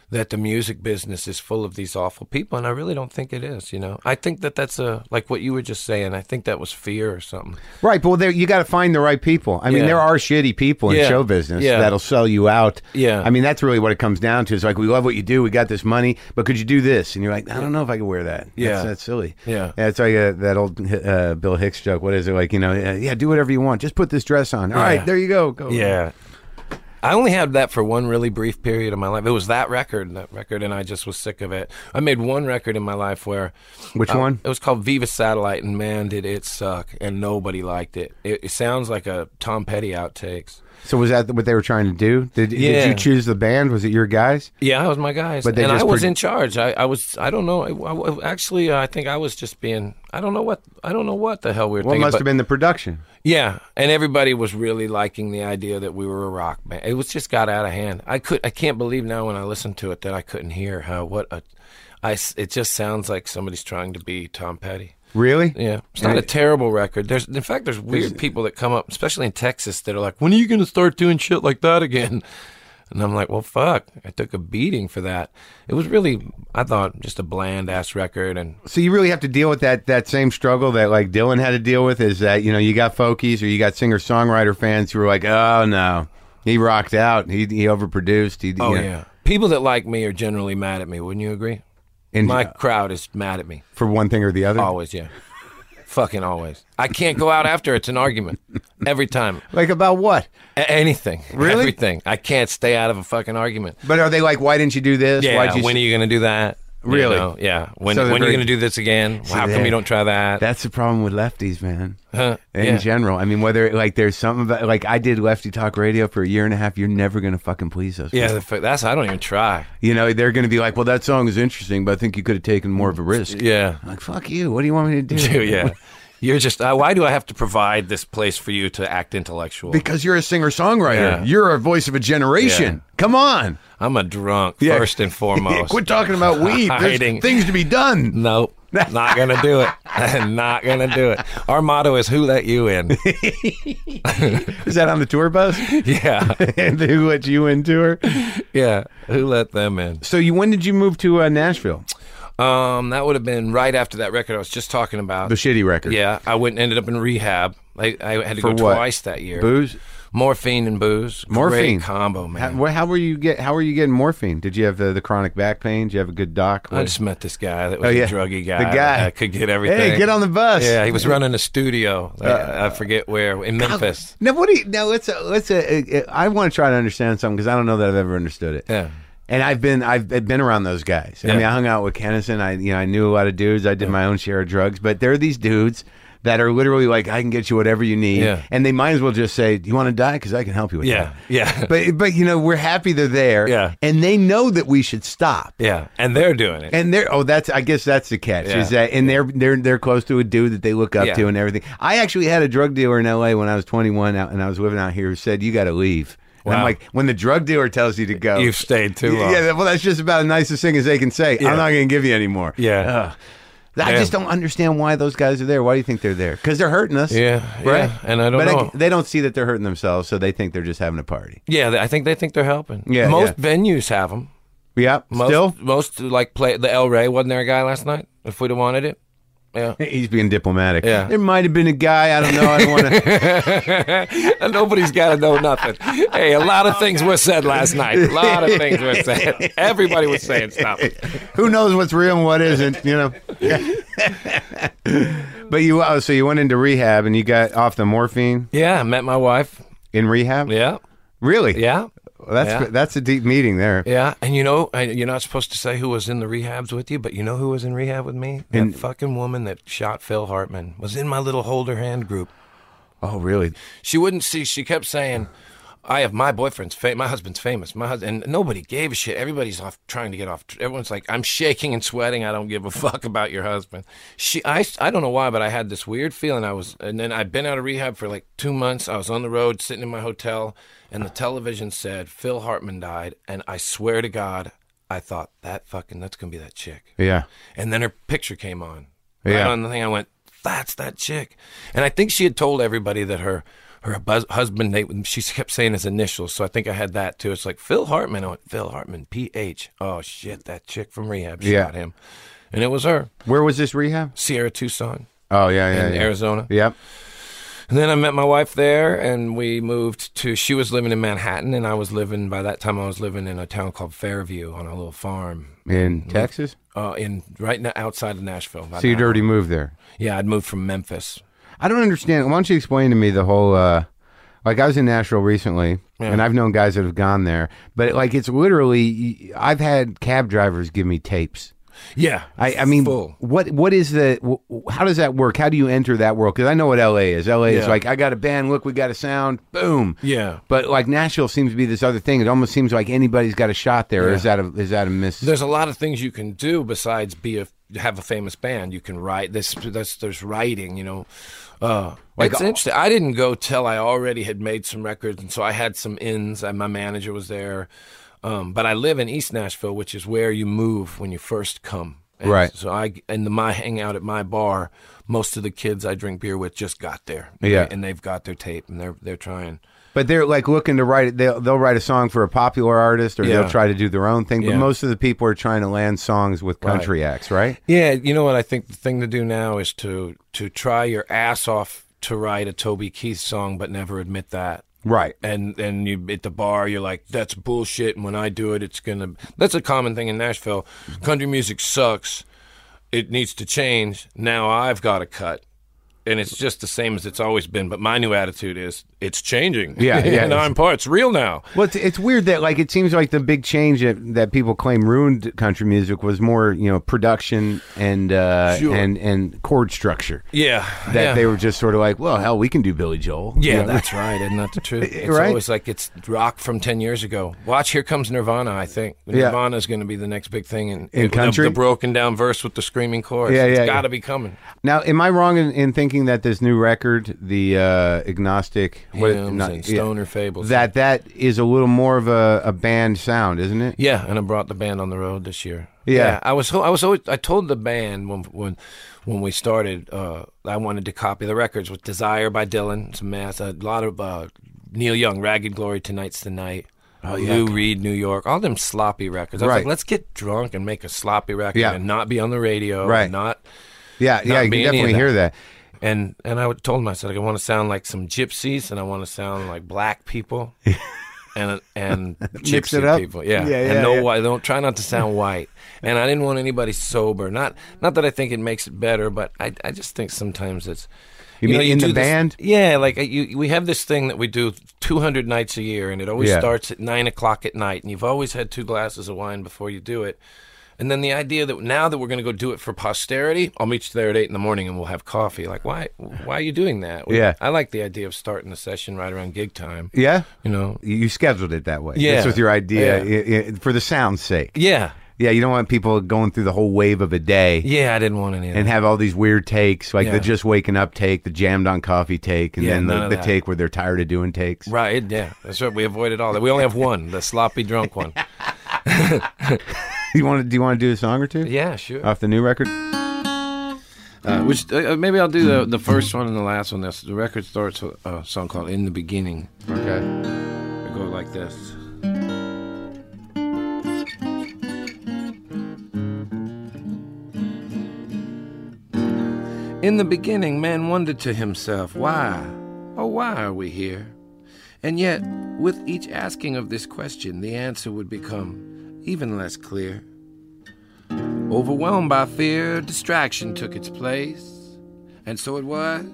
that the music business is full of these awful people, and I really don't think it is. You know, I think that that's a like what you were just saying. I think that was fear or something.
Right, but well, there, you got to find the right people. I mean,
Yeah.
there are shitty people in
Yeah.
show business
Yeah.
that'll sell you out.
Yeah.
I mean, that's really what it comes down to. It's like we love what you do, we got this money, but could you do this? And you're like, I don't know if I could wear that.
Yeah.
that's, that's silly.
Yeah.
it's like uh that old uh, Bill Hicks joke. What is it like? You know, uh, yeah, do whatever you want, just put this dress on. All right,
Yeah.
there you go. Go.
Yeah. I only had that for one really brief period of my life. It was that record, that record, and I just was sick of it. I made one record in my life where
Which one?
It was called Viva Satellite, and man, did it suck, and nobody liked it. It, it sounds like a Tom Petty outtakes.
So was that what they were trying to do? Did, did
Yeah.
you choose the band? Was it your guys?
Yeah, I was my guys,
But they
and I
just
was
pro-
in charge. I, I was I don't know. I, I- actually, uh, I think I was just being I don't know what I don't know what the hell we were
What
thinking.
must
but-
have been the production?
Yeah, and everybody was really liking the idea that we were a rock band. It was just got out of hand. I could I can't believe now when I listen to it that I couldn't hear how what a I s- it just sounds like somebody's trying to be Tom Petty.
Really?
Yeah, it's not a terrible record. There's, in fact, there's weird people that come up, especially in Texas, that are like, "When are you going to start doing shit like that again?" And I'm like, "Well, fuck, I took a beating for that. It was really, I thought, just a bland ass record." And
So you really have to deal with that that same struggle that like Dylan had to deal with is that you know you got folkies or you got singer songwriter fans who are like, oh no, he rocked out, he he overproduced, he
oh
you
yeah.
know,
people that like me are generally mad at me. Wouldn't you agree?
and
My crowd is mad at me
for one thing or the other.
always. Yeah, fucking always. I can't go out after it's an argument every time.
Like about what?
A- anything,
Really?
everything. I can't stay out of a fucking argument.
But are they like, why didn't you do this?
Yeah.
Why'd you
when are you going to do that? You
Really?
know, yeah. When,
So they're
when are
very-
you going to do this again? How come
they're-
you don't try that?
That's the problem with lefties, man.
Huh,
In
yeah.
general, I mean, whether like there's something about like I did lefty talk radio for a year and a half, you're never gonna fucking please us.
yeah, the fu- that's I don't even try.
you know they're gonna be like, well, that song is interesting, but I think you could have taken more of a risk.
Yeah.
I'm like fuck you. What do you want me to do?
Dude, yeah. You're just uh, why do I have to provide this place for you to act intellectual?
Because you're a singer songwriter.
Yeah.
You're a voice of a generation.
Yeah.
Come on.
I'm a drunk
Yeah.
first and foremost.
Quit talking about weed. There's
Hiding.
things to be done.
Nope. Not gonna do it. not gonna do it. Our motto is who let you in.
Is that on the tour bus?
yeah.
and who let you in tour?
Yeah. Who let them in?
So you when did you move to uh, Nashville?
Um, that would have been right after that record I was just talking about.
The shitty record.
Yeah, I went ended up in rehab. I, I had to
For
go
what?
twice that year.
Booze?
morphine and booze.
Morphine.
Great combo,
How,
man.
wh- how were you get? How were you getting morphine? Did you have the, the chronic back pain? Did you have a good doc?
I just met this guy that was
Oh, yeah.
a druggy guy.
The guy.
that could get everything.
hey, get on the bus. Uh,
Yeah, he was running a studio. I, I forget where in Memphis.
Now what do you? Now let's uh, let's. Uh, uh, I want to try to understand something because I don't know that I've ever understood it.
Yeah.
And I've been I've been around those guys. I
Yeah.
mean, I hung out with Kennison. I you know I knew a lot of dudes. I did my own share of drugs, but there are these dudes that are literally like, I can get you whatever you need,
Yeah.
and they might as well just say, Do you want to die? Because I can help you with
Yeah,
that.
yeah,
But but you know we're happy they're there.
Yeah.
And they know that we should stop.
yeah. And they're doing it.
And they're oh that's I guess that's the catch
Yeah.
is that and they're they're they're close to a dude that they look up
Yeah.
to and everything. I actually had a drug dealer in L.A. when I was 21 out and I was living out here who said you got to leave. And I'm
Wow.
like, when the drug dealer tells you to go,
You've stayed too long.
Yeah, well, that's just about the nicest thing as they can say. I'm not going to give you any more.
Yeah.
Ugh. I
Damn.
just don't understand why those guys are there. Why do you think they're there? Because they're hurting us.
Yeah,
Right?
yeah, and I don't
but
know.
they don't see that they're hurting themselves, so they think they're just having a party.
Yeah, they- I think they think they're helping.
Yeah,
most venues have them.
Yeah.
Most,
Still?
most like play the El Rey wasn't there a guy last night? If we'd have wanted it, yeah.
He's being diplomatic.
Yeah.
There might have been a guy. I don't know. I don't want to.
And Nobody's got to know nothing. Hey, a lot of things were said last night. A lot of things were said. Everybody was saying stuff.
Who knows what's real and what isn't? You know. but you oh, so you went into rehab and you got off the morphine
Yeah, I met my wife.
in rehab.
Yeah,
Really?
yeah,
Well, that's
Yeah.
that's a deep meeting there.
yeah. And you know, I, you're not supposed to say who was in the rehabs with you, but you know who was in rehab with me? That fucking woman that shot Phil Hartman was in my little hold her hand group.
Oh, really?
She wouldn't see. She kept saying, "I have my boyfriend's fa- my husband's famous. My husband." And nobody gave a shit. Everybody's off trying to get off. Everyone's like, "I'm shaking and sweating. I don't give a fuck about your husband." She, I, I don't know why, but I had this weird feeling. I was, and then I'd been out of rehab for like two months. I was on the road, sitting in my hotel, and the television said Phil Hartman died, and I swear to God, I thought that fucking that's gonna be that chick.
Yeah.
And then her picture came on. Right
Yeah.
on the thing, I went, "That's that chick." And I think she had told everybody that her her bus- husband Nate. She kept saying his initials, so I think I had that too. It's like Phil Hartman. I went, "Phil Hartman, P.H." Oh shit, that chick from rehab shot
Yeah.
him, and it was her,
Where was this rehab?
Sierra Tucson
Oh, yeah, yeah,
in
yeah.
Arizona.
Yep.
And then I met my wife there, and we moved to. She was living in Manhattan, and I was living. By that time, I was living in a town called Fairview on a little farm.
In Texas?
Uh, in right now, outside of Nashville. about
So you'd
an hour.
already moved there.
Yeah, I'd moved from Memphis.
I don't understand. Why don't you explain to me the whole? Uh, like I was in Nashville recently, and I've known guys that have gone there, but like it's literally, I've had cab drivers give me tapes.
Yeah,
I, I mean,
full.
what what is the? wh- How does that work? How do you enter that world? Because I know what L.A. is. L.A. is
Yeah.
like I got a band. Look, we got a sound. Boom.
Yeah.
But like Nashville seems to be this other thing. It almost seems like anybody's got a shot there. Or Is that a is that a miss?
There's a lot of things you can do besides be a have a famous band. You can write. This that's there's writing. You know, uh, like it's interesting. I didn't go till I already had made some records, and so I had some ins. And my manager was there, um, but I live in East Nashville, which is where you move when you first come. And
Right.
So I and the, my hangout at my bar. Most of the kids I drink beer with just got there.
Yeah.
and they've got their tape and they're they're trying.
But they're like looking to write. They'll they'll write a song for a popular artist, or
Yeah.
they'll try to do their own thing. But
Yeah.
most of the people are trying to land songs with country acts, right?
Yeah, you know what I think the thing to do now is to to try your ass off to write a Toby Keith song, but never admit that.
Right.
And and you at the bar, you're like, that's bullshit. And when I do it, it's gonna. That's a common thing in Nashville. Country music sucks. It needs to change. Now I've got to cut. And it's just the same as it's always been, but my new attitude is it's changing.
Yeah, yeah.
and I'm part. It's real now.
Well, it's, it's weird that like it seems like the big change that, that people claim ruined country music was more you know production and uh,
Sure.
and and chord structure.
Yeah,
That
yeah.
they were just sort of like, well, hell, we can do Billy Joel.
Yeah,
You know?
that's right. Isn't that the truth? It's
Right?
always like it's rock from 10 years ago. Watch, here comes Nirvana, I think. Nirvana's going to be the next big thing in,
In
the-
country?
The, broken down verse with the screaming chorus.
Yeah, yeah,
It's
yeah.
got to be coming.
Now, am I wrong in, in thinking that this new record, the uh, agnostic, what-
Hymns
not-
and
yeah,
Stoner Fables.
that that is a little more of a, a band sound, isn't it?
Yeah, and I brought the band on the road this year.
Yeah.
I was I was always I told the band when when when we started uh, I wanted to copy the records with Desire by Dylan, some mass, a lot of uh, Neil Young, Ragged Glory, Tonight's the Night. Oh, Lou Reed, New York, all them sloppy records. I was
Right.
like, let's get drunk and make a sloppy record
Yeah.
and not be on the radio, and
Right.
Not
Yeah, yeah,
Not
you can
be any of
definitely
that.
hear that.
and and I told him I said I want to sound like some gypsies and I want to sound like black people and and
Mix
gypsy
it up.
people yeah,
Yeah, yeah,
and no
yeah.
white don't try not to sound white and I didn't want anybody sober not not that I think it makes it better but I I just think sometimes it's
You mean in
do
the
this-
band?
yeah, like uh, you, we have this thing that we do 200 nights a year, and it always
Yeah.
starts at nine o'clock at night, and you've always had two glasses of wine before you do it. And then the idea that now that we're going to go do it for posterity, I'll meet you there at eight in the morning and we'll have coffee. Like, why? Why are you doing that? We-
Yeah.
I like the idea of starting the session right around gig time.
Yeah,
You know.
you scheduled it that way.
Yeah.
This was your idea
Yeah.
i- i- for the sound's sake.
Yeah.
Yeah, you don't want people going through the whole wave of a day
Yeah, I didn't want any of that.
and have all these weird takes, like the
Yeah.
just waking up take, the jammed on coffee take, and
Yeah,
then
none
the,
of
the
that.
take where they're tired of doing takes.
Right, yeah. That's right. We avoided all that. We only have one, the sloppy drunk one.
You want to? Do you want to do a song or two
Yeah, sure.
off the new record?
Uh, which uh, uh, maybe I'll do the, the first one and the last one. That's the record starts with a song called "In the Beginning."
Okay.
It goes like this. In the beginning, man wondered to himself, why, oh, why are we here? And yet, with each asking of this question, the answer would become even less clear. Overwhelmed by fear, distraction took its place. And so it was,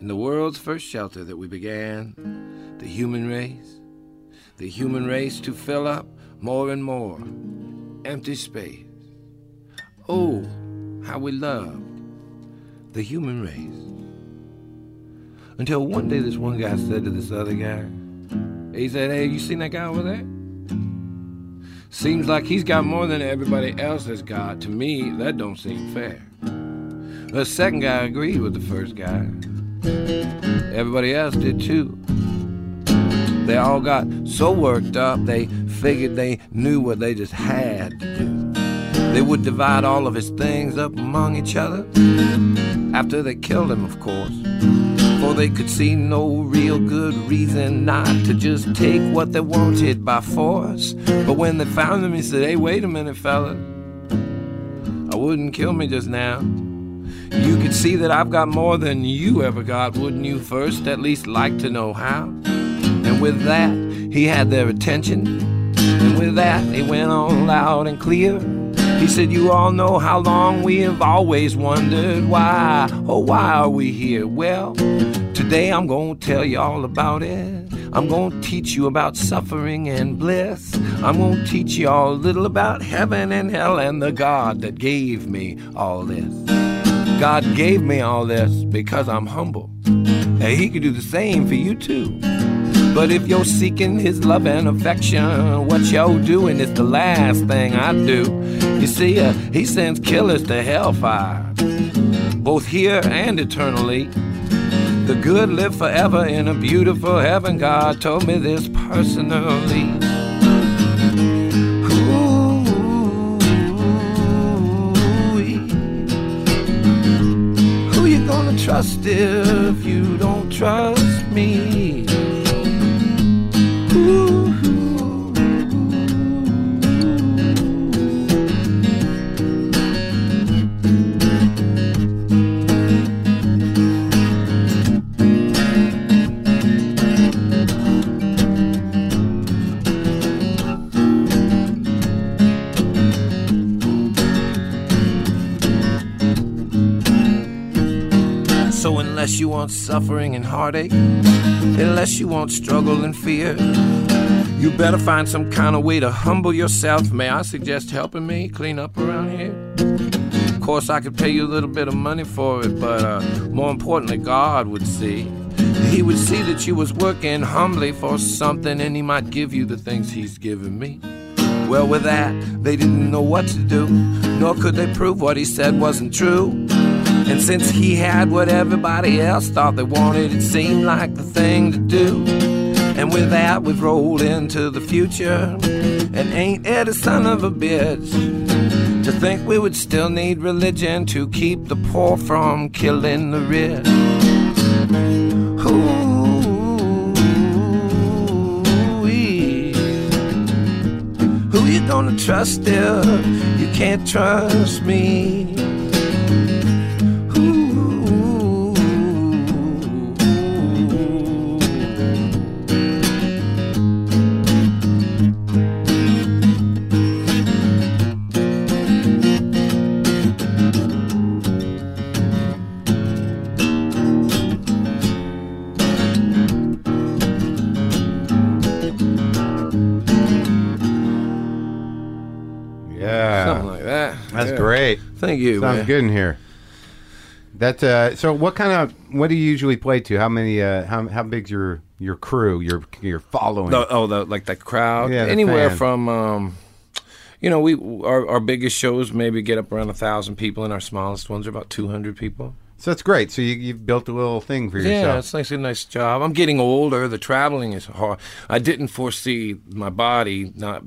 in the world's first shelter, that we began the human race. The human race to fill up more and more empty space. Oh, how we loved the human race. Until one day, this one guy said to this other guy, he said, Hey, you seen that guy over there? Seems like he's got more than everybody else has got. To me, that don't seem fair. The second guy agreed with the first guy. Everybody else did too. They all got so worked up, they figured they knew what they just had to do. They would divide all of his things up among each other. After they killed him, of course. For they could see no real good reason not to just take what they wanted by force. But when they found him, he said, Hey, wait a minute, fella. I wouldn't kill me just now. You could see that I've got more than you ever got. Wouldn't you first at least like to know how? And with that, he had their attention. And with that, he went on loud and clear. He said, You all know how long we have always wondered why, oh, why are we here? Well, today I'm gonna tell you all about it. I'm gonna teach you about suffering and bliss. I'm gonna teach you all a little about heaven and hell and the God that gave me all this. God gave me all this because I'm humble. And He could do the same for you too. But if you're seeking his love and affection, what you're doing is the last thing I do. You see, uh, he sends killers to hellfire, both here and eternally. The good live forever in a beautiful heaven. God told me this personally. Ooh, who you gonna trust if you don't trust me? Ooh. So unless you want suffering and heartache, unless you want struggle and fear, you better find some kind of way to humble yourself. May I suggest helping me clean up around here? Of course, I could pay you a little bit of money for it, but uh, more importantly, God would see. He would see that you was working humbly for something, and He might give you the things He's given me. Well, with that, they didn't know what to do, nor could they prove what he said wasn't true. And since he had what everybody else thought they wanted, it seemed like the thing to do. And with that, we've rolled into the future, and ain't it a son of a bitch to think we would still need religion to keep the poor from killing the rich? Ooh-wee. Who you gonna trust if you can't trust me? Ooh.
Yeah,
Something like that.
Oh. that's
Yeah.
great.
Thank you.
Sounds
man.
good in here. That uh, so, what kind of what do you usually play to? How many? Uh, how how big's your your crew? Your your following?
The, oh, the like the crowd.
Yeah, the
Anywhere
fan.
from um, you know, we our, our biggest shows maybe get up around a thousand people, and our smallest ones are about two hundred people.
So that's great. So you, you've built a little thing for yourself.
Yeah, it's nice, a nice job. I'm getting older. The traveling is hard. I didn't foresee my body not.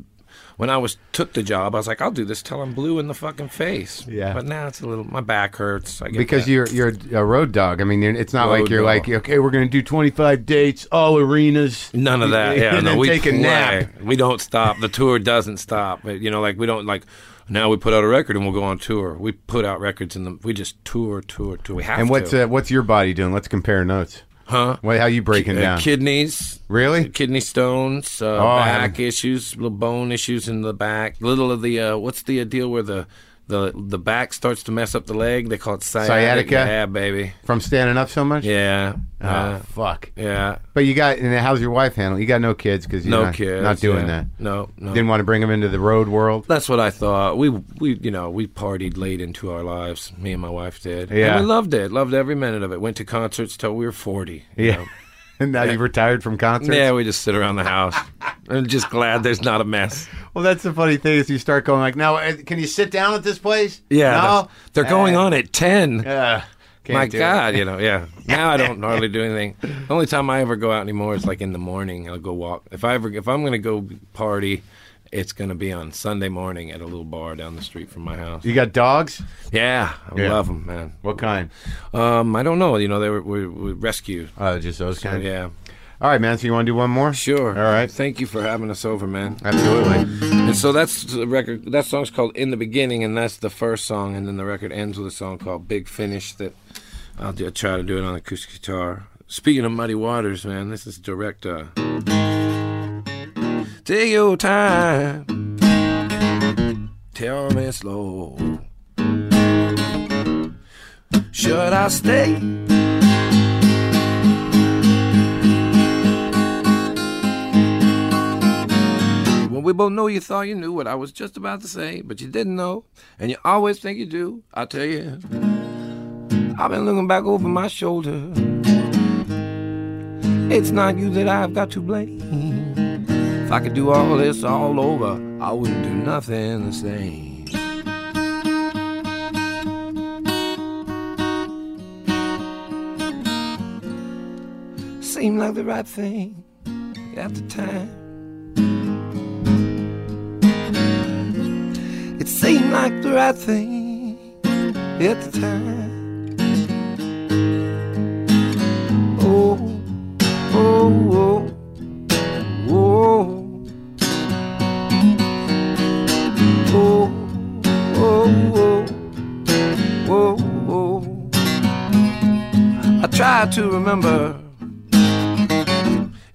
When I was took the job, I was like, I'll do this till I'm blue in the fucking face.
Yeah.
But now it's a little. My back hurts. I get
because
that.
you're you're a road dog. I mean, you're, it's not like
Road
you're
dog.
like okay, we're gonna do 25 dates, all arenas.
None of that. Yeah,
and
no,
then
we
take a
play.
nap.
We don't stop. The tour doesn't stop. But, You know, like we don't like. Now we put out a record and we'll go on tour. We put out records and the, we just tour, tour, tour. We have
And what's
to.
uh, what's your body doing? Let's compare notes.
huh?
What how you breaking
Uh,
down?
kidneys,
really? Oh,
kidney stones, uh,
I
back
haven't-
issues, little bone issues in the back. Little of the uh, what's the uh, deal where the the the back starts to mess up the leg? They call it sciatic.
Sciatica?
Yeah, baby.
From standing up so much?
Yeah.
Oh,
Uh,
fuck.
yeah.
But you got and how's your wife handling? You got no kids because you're
No
not,
kids.
not doing
yeah.
that.
No. No.
Didn't want to bring them into the road world.
That's what I thought. We we you know we partied late into our lives. Me and my wife did.
Yeah.
and we loved it. Loved every minute of it. Went to concerts till we were forty. you
Yeah.
know.
and now you've retired from concerts.
Yeah, we just sit around the house. I'm just glad there's not a mess.
Well, that's the funny thing is you start going like, now uh, can you sit down at this place?
Yeah,
No.
that's- they're going
Eh,
on at ten.
Uh, can't
my
do it.
God, you know, yeah. Now I don't hardly do anything. The only time I ever go out anymore is like in the morning. I'll go walk. If I ever, if I'm gonna go party, it's gonna be on Sunday morning at a little bar down the street from my house.
You got dogs?
Yeah, I love 'em,
Yeah.
love them, man.
What kind?
Um, I don't know. You know, they were, were, were rescued.
Uh, just those
So,
kind.
yeah,
All right, man. So you want to do one more?
sure.
All right.
Thank you for having us over, man.
Absolutely.
And so that's the record. That song's called "In the Beginning," and that's the first song. And then the record ends with a song called "Big Finish." That I'll do, try to do it on acoustic guitar. Speaking of muddy waters, man, this is direct. Uh, Take your time. Tell me slow. Should I stay? Well, we both know you thought you knew what I was just about to say, but you didn't know, and you always think you do. I tell you, I've been looking back over my shoulder. It's not you that I've got to blame. If I could do all this all over, I wouldn't do nothing the same. Seemed like the right thing at the time. It seemed like the right thing at the time. Oh, oh, oh, oh, oh, oh, oh, oh, oh. I try to remember.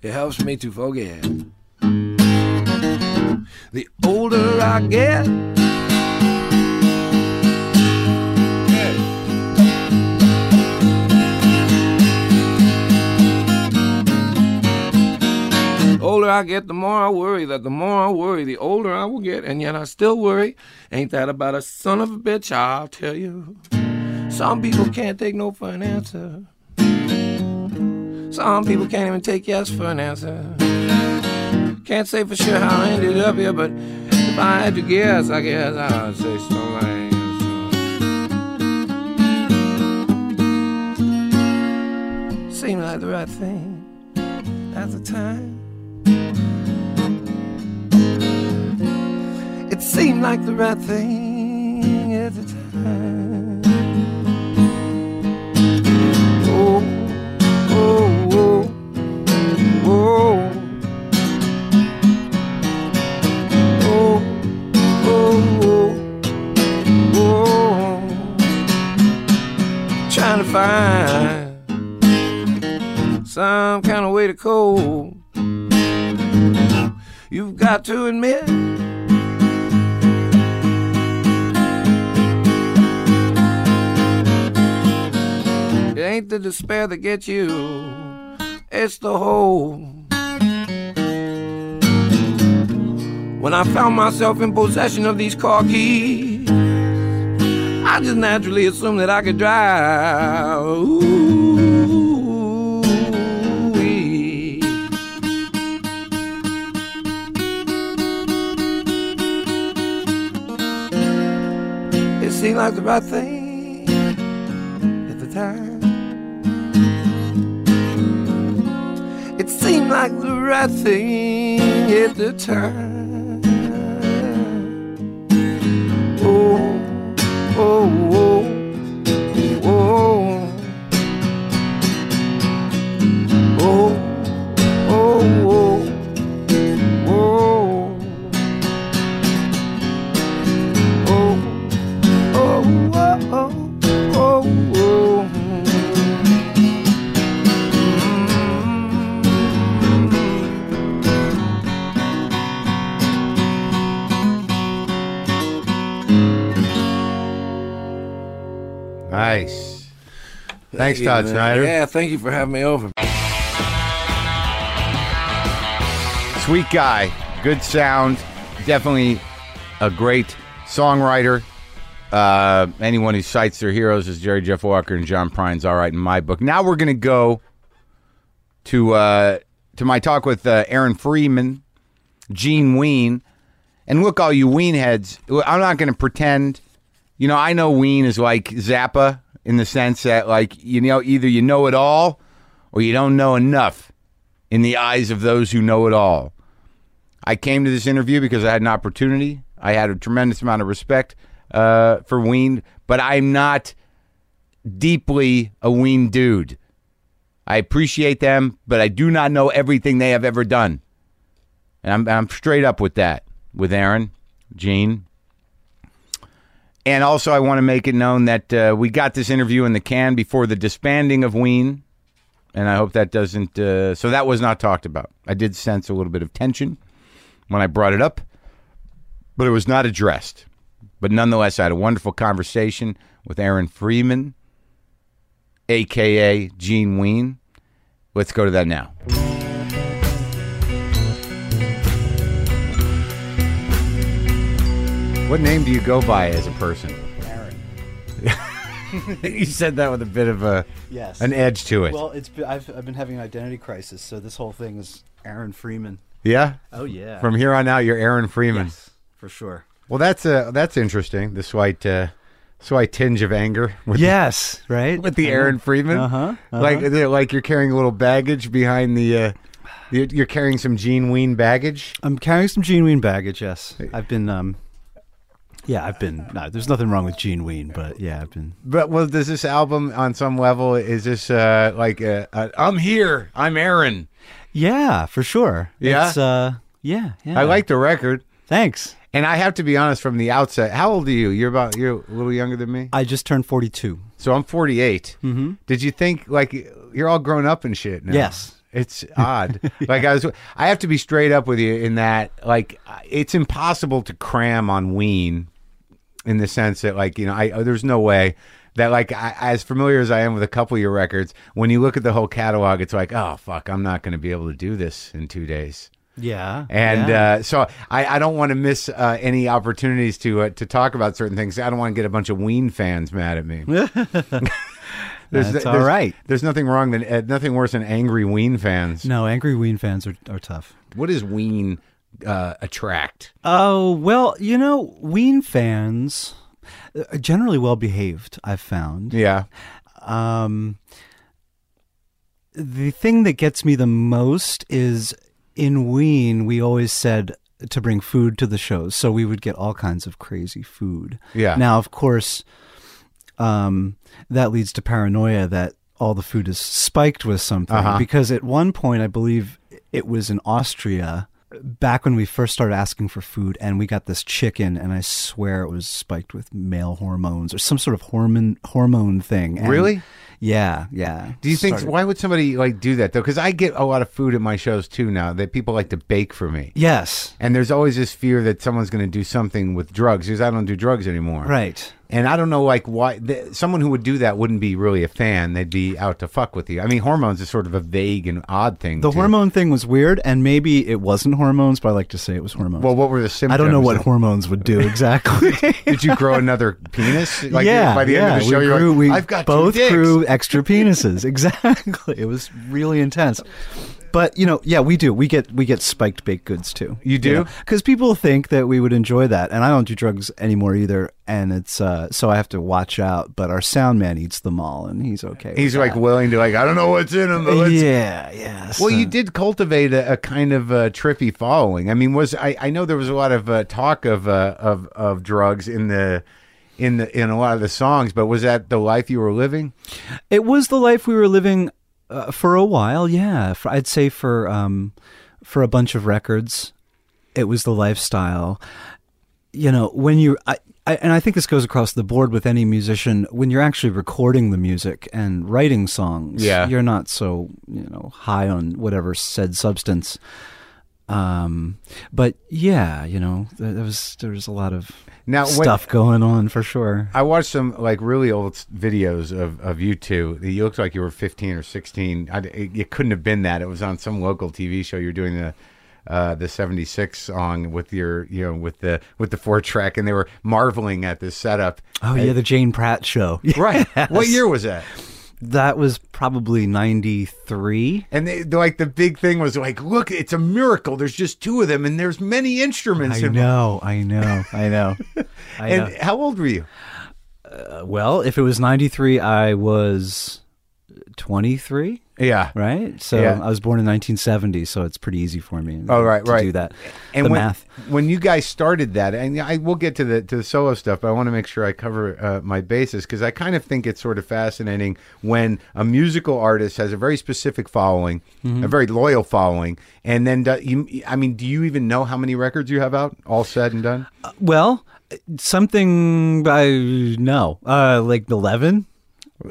It helps me to forget. The older I get, older I get, the more I worry. That the more I worry, the older I will get, and yet I still worry. Ain't that about a son of a bitch? I'll tell you. Some people can't take no for an answer. Some people can't even take yes for an answer. Can't say for sure how I ended up here, but if I had to guess, I guess I'd say something like Seemed like the right thing at the time. It seemed like the right thing at the time. Oh, oh, oh, oh. Oh, oh, oh, oh. Trying to find some kind of way to cope. You've got to admit it ain't the despair that gets you, it's the hope. When I found myself in possession of these car keys. I just naturally assumed that I could drive. Ooh-wee. seemed like the right thing at the time. It seemed like the right thing at the time. Oh, oh, oh, oh, oh, oh, oh, oh, oh, oh, oh, oh, oh.
Nice. Thanks,
Yeah,
Todd
man.
Snyder.
Yeah, thank you for having me over.
Sweet guy, good sound, definitely a great songwriter. Uh, anyone who cites their heroes as Jerry Jeff Walker and John Prine's all right in my book. Now we're going to go to uh, to my talk with uh, Aaron Freeman, Gene Ween, and look, all you Ween heads, I'm not going to pretend. You know, I know Ween is like Zappa in the sense that, like, you know, either you know it all or you don't know enough in the eyes of those who know it all. I came to this interview because I had an opportunity. I had a tremendous amount of respect uh, for Ween, but I'm not deeply a Ween dude. I appreciate them, but I do not know everything they have ever done. And I'm, I'm straight up with that, with Aaron, Gene. And also, I want to make it known that uh, we got this interview in the can before the disbanding of Ween and I hope that doesn't. Uh, so that was not talked about. I did sense a little bit of tension when I brought it up, but it was not addressed. But nonetheless, I had a wonderful conversation with Aaron Freeman, aka Gene Ween. Let's go to that now. What name do you go by as a person?
Aaron.
you said that with a bit of a
Yes.
an edge to it.
Well, it's been, I've I've been having an identity crisis, so this whole thing is Aaron Freeman.
yeah.
Oh yeah.
From here on out, you're Aaron Freeman.
yes, for sure.
Well, that's uh, that's interesting. The slight uh, slight tinge of anger with
Yes, right.
the, with the Aaron Freeman,
Uh-huh, uh-huh.
like they're- like you're carrying a little baggage behind the. Uh, you're you're carrying some Gene Ween baggage.
I'm carrying some Gene Ween baggage. Yes, I've been. um Yeah, I've been. No, there's nothing wrong with Gene Ween, but yeah, I've been.
But well, does this album on some level is this uh, like i a, I'm here, I'm Aaron.
Yeah, for sure.
Yeah?
It's, uh, yeah, yeah.
I like the record,
Thanks.
and I have to be honest from the outset. How old are you? You're about you're a little younger than me,
I just turned 42.
so I'm 48. Mm-hmm. Did you think like you're all grown up and shit now?
Yes.
It's odd. Like I was, I have to be straight up with you in that, like, I- it's impossible to cram on Ween, in the sense that, like, you know, I uh, there's no way that, like, I, as familiar as I am with a couple of your records, when you look at the whole catalog, it's like, oh fuck, I'm not going to be able to do this in two days.
Yeah.
And uh, so I, I don't want to miss uh, any opportunities to uh, to talk about certain things. I don't want to get a bunch of Ween fans mad at me. there's,
That's all
there's-
right.
There's nothing wrong than uh, nothing worse than angry Ween fans.
no, angry Ween fans are, are tough.
What does Ween uh, attract?
Oh, well, you know, Ween fans are Uh, generally well behaved, I've found.
Yeah,
Um, the thing that gets me the most is in Ween, we always said to bring food to the shows. So we would get all kinds of crazy food.
Yeah.
Now, of course, um, that leads to paranoia that all the food is spiked with something.
Uh-huh.
Because at one point, I believe it was in Austria, back when we first started asking for food, and we got this chicken, and I swear it was spiked with male hormones or some sort of hormone hormone thing. And-
Really?
Yeah, yeah.
do you think
Started-
why would somebody like do that though? Because I get a lot of food at my shows too now that people like to bake for me,
Yes.
and there's always this fear that someone's going to do something with drugs because I don't do drugs anymore,
Right.
And I don't know like why th- someone who would do that wouldn't be really a fan. They'd be out to fuck with you. I mean, hormones is sort of a vague and odd thing.
The
too.
hormone thing was weird, and maybe it wasn't hormones, but I like to say it was hormones.
Well, what were the symptoms?
I don't know what hormones would do exactly.
Did you grow another penis? Like
yeah,
by the end
yeah.
of the show,
we
you're
grew,
like,
we
I've got two
both
dicks."
grew extra penises. exactly, it was really intense. But you know, yeah, we do. We get we get spiked baked goods too.
You do?
because people think that we would enjoy that, and I don't do drugs anymore either. And it's uh, so I have to watch out. But our sound man eats them all, and he's okay. with
He's
that.
like willing to like I don't know what's in him. But let's
yeah, yeah.
Well,
so-
you did cultivate a, a kind of uh trippy following. I mean, was I, I know there was a lot of uh, talk of, uh, of of drugs in the in the in a lot of the songs, but was that the life you were living?
It was the life we were living uh, for a while. Yeah, for, I'd say for um, for a bunch of records, it was the lifestyle. You know, when you I, I, and I think this goes across the board with any musician. When you're actually recording the music and writing songs,
Yeah.
you're not so you know high on whatever said substance. Um, but yeah, you know, there, there was there was a lot of
Now, when-
stuff going on for sure.
I watched some like really old s- videos of, of you two. You looked like you were 15 or 16. I, it, it couldn't have been that. It was on some local TV show. You were doing the uh, the 76 song with your you know with the with the four track, and they were marveling at this setup.
Oh yeah, the Jane Pratt show.
Right. What year was that?
That was probably 93.
And they, the- like the big thing was like, look, it's a miracle. There's just two of them, and there's many instruments.
I
in-
know, I know, I know. I
And how old were you?
know. Well, if it was 93, I was 23,
Yeah.
right? So
Yeah.
I was born in 1970, so it's pretty easy for me
Oh, right,
to
right.
do that.
And
the
when,
math.
when you guys started that, and I will get to the to the solo stuff, but I want to make sure I cover uh, my bases because I kind of think it's sort of fascinating when a musical artist has a very specific following,
Mm-hmm.
a very loyal following, and then do, you, I mean, do you even know how many records you have out? All said and done,
Uh, Well, something I know, uh, like 11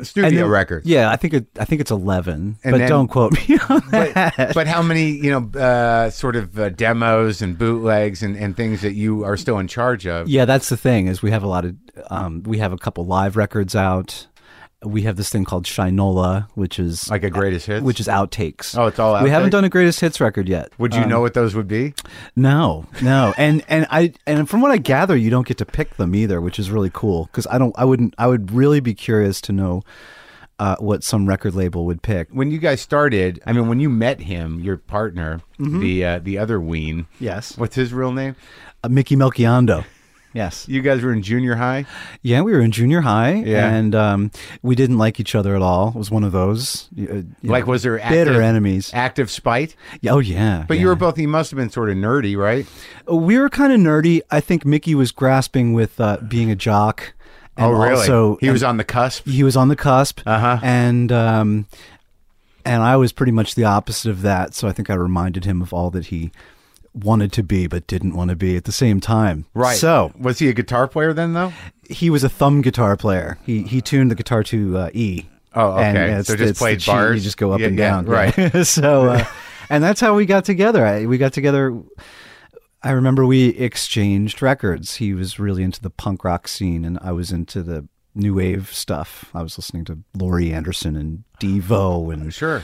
studio
then-
records.
Yeah, I think it, I think it's 11,
And
but
then-
don't quote me on that.
but, but how many you know uh, sort of uh, demos and bootlegs and, and things that you are still in charge of
Yeah, that's the thing is we have a lot of um, we have a couple live records out. We have this thing called Shinola, which is
like a greatest hits
which is outtakes.
Oh, it's all
We haven't
outtakes?
done a greatest hits record yet.
would you know what those would be
No, no, and and I and from what I gather, you don't get to pick them either, which is really cool because I don't. I wouldn't. I would really be curious to know uh, what some record label would pick.
when you guys started i mean when you met him your partner
Mm-hmm.
the uh, the other ween
Yes,
what's his real name
uh, Mickey Melchiondo. Yes.
you guys were in junior high
Yeah, we were in junior high,
Yeah.
and um, we didn't like each other at all. It was one of those uh, you
like
know,
was there active,
bitter enemies.
active spite
Yeah, Oh yeah.
but
yeah.
you were both you must have been sort of nerdy right
we were kind of nerdy. I think Mickey was grasping with uh, being a jock. And
oh really
Also,
he was
and
on the cusp
he was on the cusp.
Uh-huh.
And um, and I was pretty much the opposite of that. So I think I reminded him of all that he wanted to be but didn't want to be at the same time.
right
So
was he a guitar player then though
he was a thumb guitar player. He he tuned the guitar to uh, E.
Oh, okay.
And it's-
So just
it's the
played
G,
bars?
You just go up
Yeah,
and
yeah,
down, right? so, uh, and that's how we got together. I, we got together. I remember we exchanged records. He was really into the punk rock scene, and I was into the new wave stuff. I was listening to Laurie Anderson and Devo, and
sure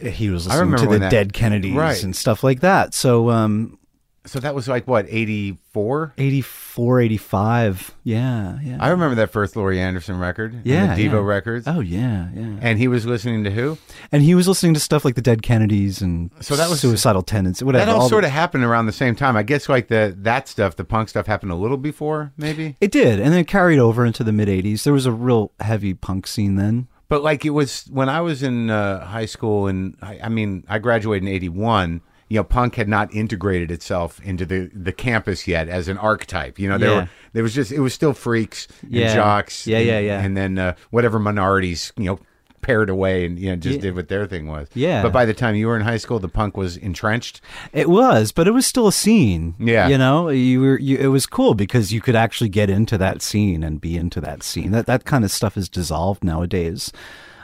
he was
I
listening
remember
to the
when that-
Dead Kennedys
Right.
and stuff like that. So, um,
so that was like what 84
84, 85. yeah, yeah.
I remember that first Laurie Anderson record. and
Yeah,
the Devo
yeah.
records.
oh yeah, yeah.
And he was listening to who?
And he was listening to stuff like the Dead Kennedys and
So that was-
suicidal tendencies, whatever.
That all,
the-
sort of happened around the same time. I guess like the that stuff, the punk stuff, happened a little before, maybe.
It did, and then it carried over into the mid '80s. There was a real heavy punk scene then.
But like it was when I was in uh, high school, and I, I mean, I graduated in '81. You know, punk had not integrated itself into the, the campus yet as an archetype. You know, there
Yeah.
were there was just it was still freaks and
Yeah.
jocks,
Yeah,
and,
yeah, yeah.
and then uh, whatever minorities you know paired away and you know just
Yeah.
did what their thing was.
Yeah.
But by the time you were in high school, the punk was entrenched.
It was, but it was still a scene.
Yeah.
you know, you were. You, it was cool because you could actually get into that scene and be into that scene. That that kind of stuff is dissolved nowadays.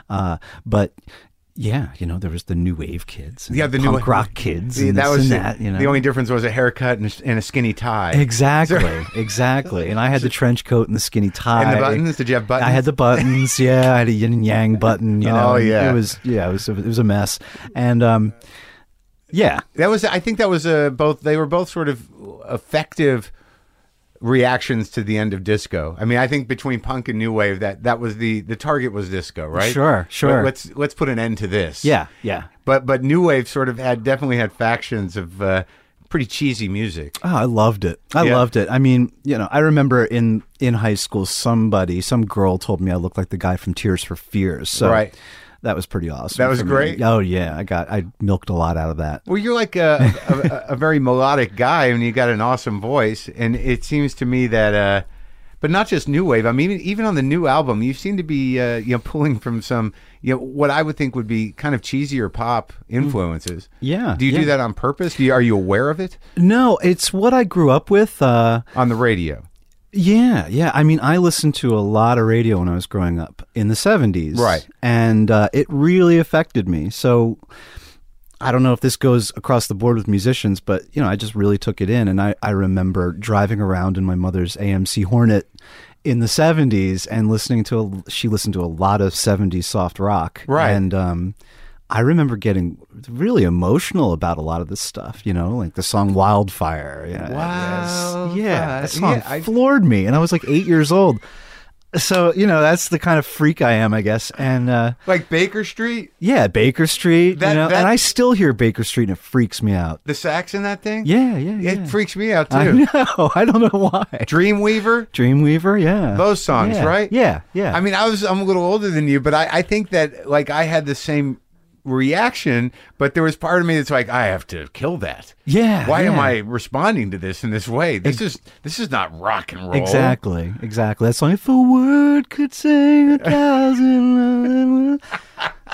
Uh, but yeah, you know, there was the new wave kids. And
Yeah, the new
punk rock kids.
See,
and
that
this
was
and
the-
that. You know,
the only difference was a haircut and, a- and a skinny tie.
Exactly, exactly. And I had the trench coat and the skinny tie.
And the buttons? Did you have buttons?
I had the buttons. Yeah, I had a yin and yang button. You know,
Oh,
and
yeah.
It was yeah, it was it was a mess. And um, yeah,
That was I think that was uh, both. They were both sort of effective reactions to the end of disco. I mean, I think between punk and new wave, that that was the the target was disco, right?
Sure, sure.
But let's let's put an end to this.
Yeah, yeah.
But but new wave sort of had definitely had factions of uh, pretty cheesy music.
Oh, I loved it. I
Yeah.
loved it. I mean, you know, I remember in in high school, somebody, some girl told me I looked like the guy from Tears for Fears. So
Right.
that was pretty awesome.
That was
for me.
great.
Oh yeah, I got I milked a lot out of that.
Well, you're like a, a, a very melodic guy, and you got an awesome voice. And it seems to me that, uh, but not just new wave. I mean, even, even on the new album, you seem to be uh, you know pulling from some you know what I would think would be kind of cheesier pop influences.
Mm. Yeah,
Do you do
yeah.
that on purpose? Do you, are you aware of it
No, it's what I grew up with. Uh,
on the radio?
Yeah, yeah. I mean, I listened to a lot of radio when I was growing up in the 70s.
Right.
And uh, it really affected me. So I don't know if this goes across the board with musicians, but, you know, I just really took it in. And I, I remember driving around in my mother's AMC Hornet in the 70s and listening to, a, she listened to a lot of 70s soft rock.
Right.
And, um, I remember getting really emotional about a lot of this stuff, you know, like the song Wildfire. Yeah,
Wildfire.
Yeah. That
Yeah,
song
I-
floored me and I was like 8 years old. So, you know, that's the kind of freak I am, I guess. And uh
Like Baker Street,
yeah, Baker Street,
That-
you know,
that-
and I still hear Baker Street and it freaks me out.
the sax in that thing.
Yeah, yeah, yeah.
it freaks me out
I
too.
know. I don't know why.
Dreamweaver,
Dreamweaver, yeah.
those songs,
Yeah,
right?
Yeah, yeah.
I mean, I was I'm a little older than you, but I, I think that like I had the same reaction, but there was part of me that's like, I have to kill that.
Yeah,
Why am
yeah.
I responding to this in this way? This is this is not rock and roll.
Exactly, exactly. That song, if a word could sing a thousand,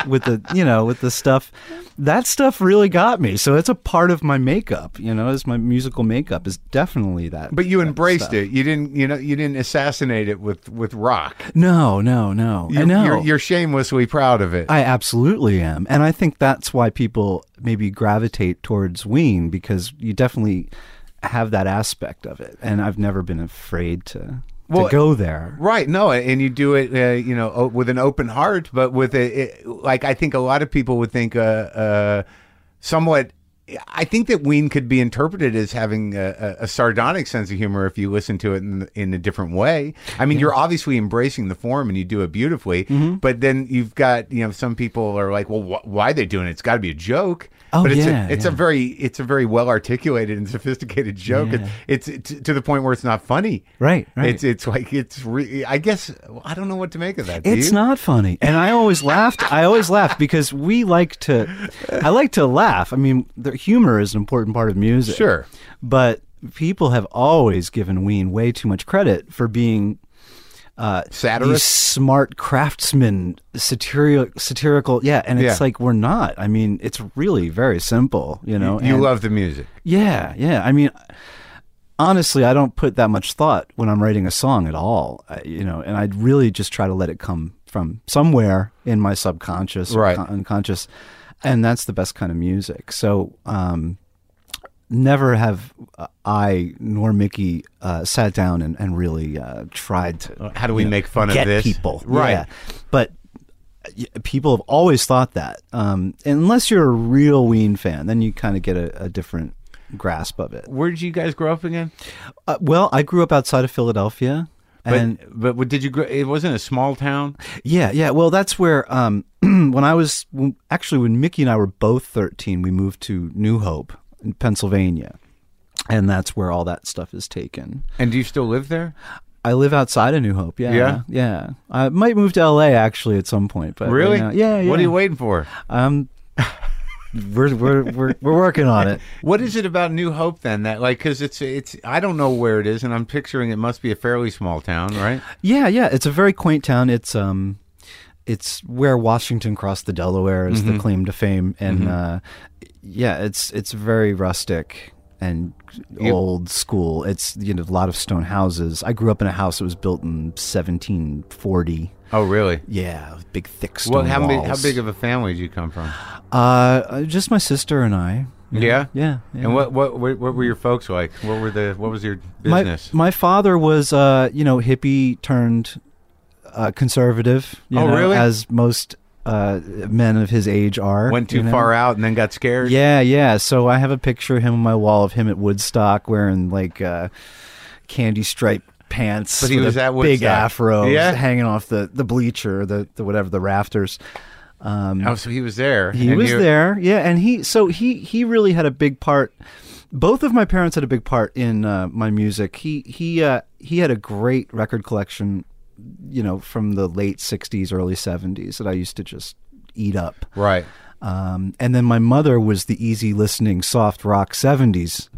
with the you know with the stuff, that stuff really got me. So it's a part of my makeup. You know, is my musical makeup is definitely that.
But you embraced it. You didn't you know you didn't assassinate it with with rock.
no, no, no,
You're,
no.
you're, you're shamelessly proud of it.
I absolutely am, and I think that's why people maybe gravitate towards Ween because you definitely have that aspect of it, and I've never been afraid to
Well,
to go there.
Right. No, and you do it, uh, you know, o- with an open heart, but with a, it, like I think a lot of people would think, uh, uh, somewhat. I think that Ween could be interpreted as having a, a, a sardonic sense of humor if you listen to it in, in a different way. I mean, you're obviously embracing the form and you do it beautifully,
Mm-hmm.
but then you've got you know some people are like, well, wh- why are they doing it? It's got to be a joke.
Oh,
but it's
yeah,
a, it's a
yeah.
very it's a very well articulated and sophisticated joke.
Yeah.
It's, it's t- to the point where it's not funny.
Right, right.
It's it's like it's. Re- I guess I don't know what to make of that. do
It's
you?
not funny. And I always laughed. I always laugh because we like to, I like to laugh. I mean, the humor is an important part of music.
Sure.
But people have always given Ween way too much credit for being these
satirist.
smart craftsmen, satirical, satirical. Yeah. And it's
Yeah.
like, we're not. I mean, it's really very simple, you know?
you
and-
love the music.
yeah, yeah. I mean, honestly, I don't put that much thought when I'm writing a song at all. I, you know, and I really just try to let it come from somewhere in my subconscious, or
Right.
con- unconscious, and that's the best kind of music. So, um, never have uh, I nor Mickey uh, sat down and, and really uh, tried to
How do we make fun of
get
this?
people,
right?
Yeah. But y- people have always thought that. Um, unless you're a real Ween fan, then you kind of get a, a different grasp of it.
Where did you guys grow up again?
Uh, well, I grew up outside of Philadelphia,
But
and
but what did you? Grow, it wasn't a small town.
yeah, yeah. Well, that's where um, when I was when, actually when Mickey and I were both thirteen, we moved to New Hope, in Pennsylvania, and that's where all that stuff is taken.
And do you still live there?
I live outside of New Hope. Yeah,
Yeah?
yeah. I might move to L.A. actually at some point, but right
Really?
now- yeah, yeah.
What are you waiting for?
Um, we're, we're we're we're working on it.
What is it about New Hope then? That like because it's it's I don't know where it is, and I'm picturing it must be a fairly small town, right?
Yeah, yeah. It's a very quaint town. It's um, it's where Washington crossed the Delaware is the claim to fame, and uh, yeah, it's it's very rustic and old school. It's you know a lot of stone houses. I grew up in a house that was built in 1740.
Oh, really?
Yeah, with big thick stone
Well, how big,
walls.
how big of a family did you come from?
Uh, just my sister and I.
Yeah.
Yeah. yeah.
And what, what what what were your folks like? What were the what was your
my,
business?
my father was, uh, you know, hippie turned uh, conservative. You
Oh,
know,
really?
As most uh, men of his age are.
Went too
you know?
far out and then got scared.
Yeah, yeah. So I have a picture of him on my wall of him at Woodstock wearing like uh, candy stripe pants.
But he
with
was
a
at
big
Woodstock.
afro
Yeah?
hanging off the the bleacher, the the whatever the rafters. Um,
Oh, so he was there.
he
and
was
you-
there, yeah, and he so he he really had a big part. Both of my parents had a big part in uh, my music. He he uh, he had a great record collection, you know, from the late '60s, early '70s that I used to just eat up.
Right.
Um, and then my mother was the easy listening, soft rock '70s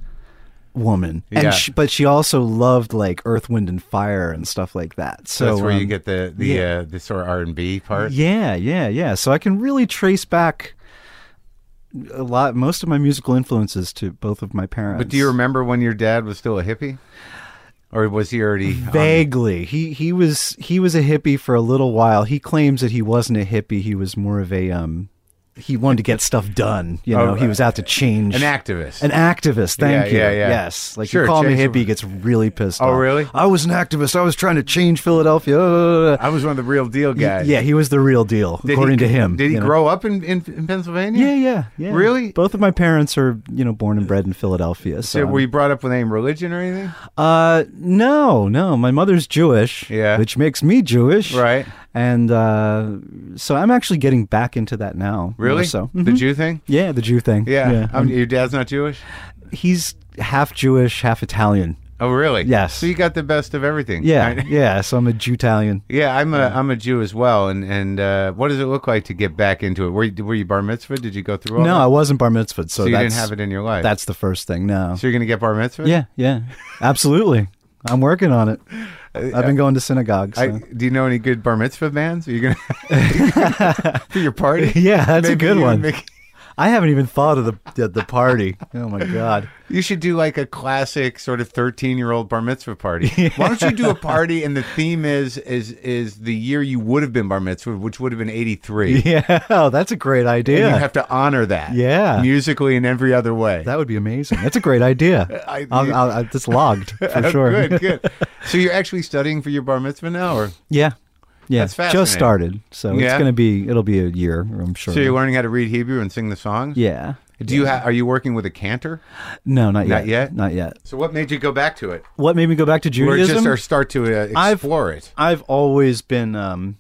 woman, and
Yeah.
she, but she also loved like Earth, Wind, and Fire and stuff like that. So
That's where you
um,
get the the
yeah.
uh, the sort of R and B part.
yeah, yeah, yeah. So I can really trace back a lot, most of my musical influences to both of my parents.
But do you remember when your dad was still a hippie, or was he already? um, on-
Vaguely, he he was he was a hippie for a little while. He claims that he wasn't a hippie. He was more of a um, he wanted to get stuff done. You know,
Oh,
he was out to change
an activist.
An activist, thank
Yeah,
you.
yeah, yeah.
Yes, like
Sure,
you call me
change the-
hippie, he gets really pissed
Oh,
off.
really?
I was an activist. I was trying to change Philadelphia. Uh,
I was one of the real deal guys.
Yeah, he was the real deal,
Did he-
according to him.
Did he
you know?
grow up in, in, in Pennsylvania?
Yeah, yeah, yeah.
Really?
Both of my parents are, you know, born and bred in Philadelphia. So,
So were you brought up with any religion or anything?
uh, no, no. My mother's Jewish.
Yeah.
Which makes me Jewish.
Right.
And uh, so I'm actually getting back into that now. more
Really?
So
the
Mhm.
Jew thing?
yeah, the Jew thing.
Yeah. Um, your dad's not Jewish?
he's half Jewish, half Italian.
Oh, really?
Yes.
So you got the best of everything.
Yeah,
I-
yeah. So I'm a Jew Italian.
yeah. I'm a I'm a Jew as well. And and uh, what does it look like to get back into it? Were you, were you bar mitzvah? Did you go through all
No,
that?
I wasn't bar mitzvahed, so,
so you
that's,
didn't have it in your life.
That's the first thing. No.
so you're gonna get bar mitzvah?
Yeah, yeah. Absolutely. I'm working on it. I've been going to synagogues.
Uh, I, do you know any good bar mitzvah bands? Are you gonna for your party?
Yeah, that's a
Maybe
good
you
one.
make-
I haven't even thought of the the, the party. Oh my god.
you should do like a classic sort of thirteen year old bar mitzvah party. Why don't you do a party and the theme is is is the year you would have been bar mitzvah, which would have been eighty three.
Yeah, oh, that's a great idea.
And you have to honor that.
Yeah.
Musically and every other way.
that would be amazing. That's a great idea.
I-
I'll, I'll, I'll, that's logged for
Oh,
sure.
Good, good. So you're actually studying for your bar mitzvah now, or
Yeah, yeah.
That's fascinating.
Just started, so
Yeah.
it's gonna be it'll be a year, I'm sure.
so you're learning how to read Hebrew and sing the songs?
yeah.
Do you ha- are you working with a cantor?
No, not yet.
Not yet?
Not yet.
So what made you go back to it,
What made me go back to
or
Judaism?
just or start to uh,
I've-
explore it?
I've always been, um,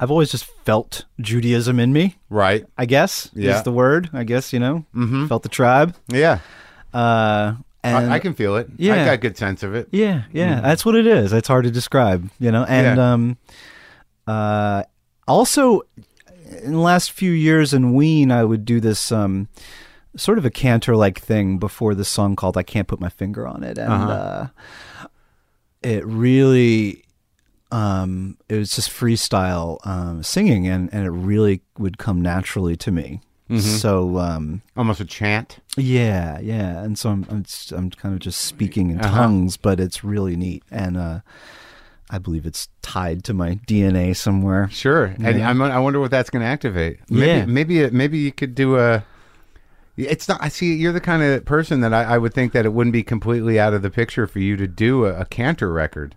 I've always just felt Judaism in me.
Right.
I guess
Yeah.
is the word. I guess you know, felt the tribe.
Yeah.
Uh, and
I, I can feel it. I
Yeah.
got a good sense of it. Mm.
Yeah, yeah, that's what it is. It's hard to describe, you know. And
Yeah.
um, uh, also in the last few years in Ween, I would do this um, sort of a cantor like thing before this song called "I Can't Put My Finger on It," and
Uh-huh.
uh it really. Um, it was just freestyle um, singing, and, and it really would come naturally to me.
Mm-hmm.
So um,
Almost a chant.
yeah, yeah, and so I'm I'm, s- I'm kind of just speaking in
Uh-huh.
tongues, but it's really neat, and uh, I believe it's tied to my DNA somewhere.
Sure. And I'm, I wonder what that's going to activate. Maybe,
Yeah.
Maybe it- maybe you could do a. It's not. I see. You're the kind of person that I, I would think that it wouldn't be completely out of the picture for you to do a, a cantor record,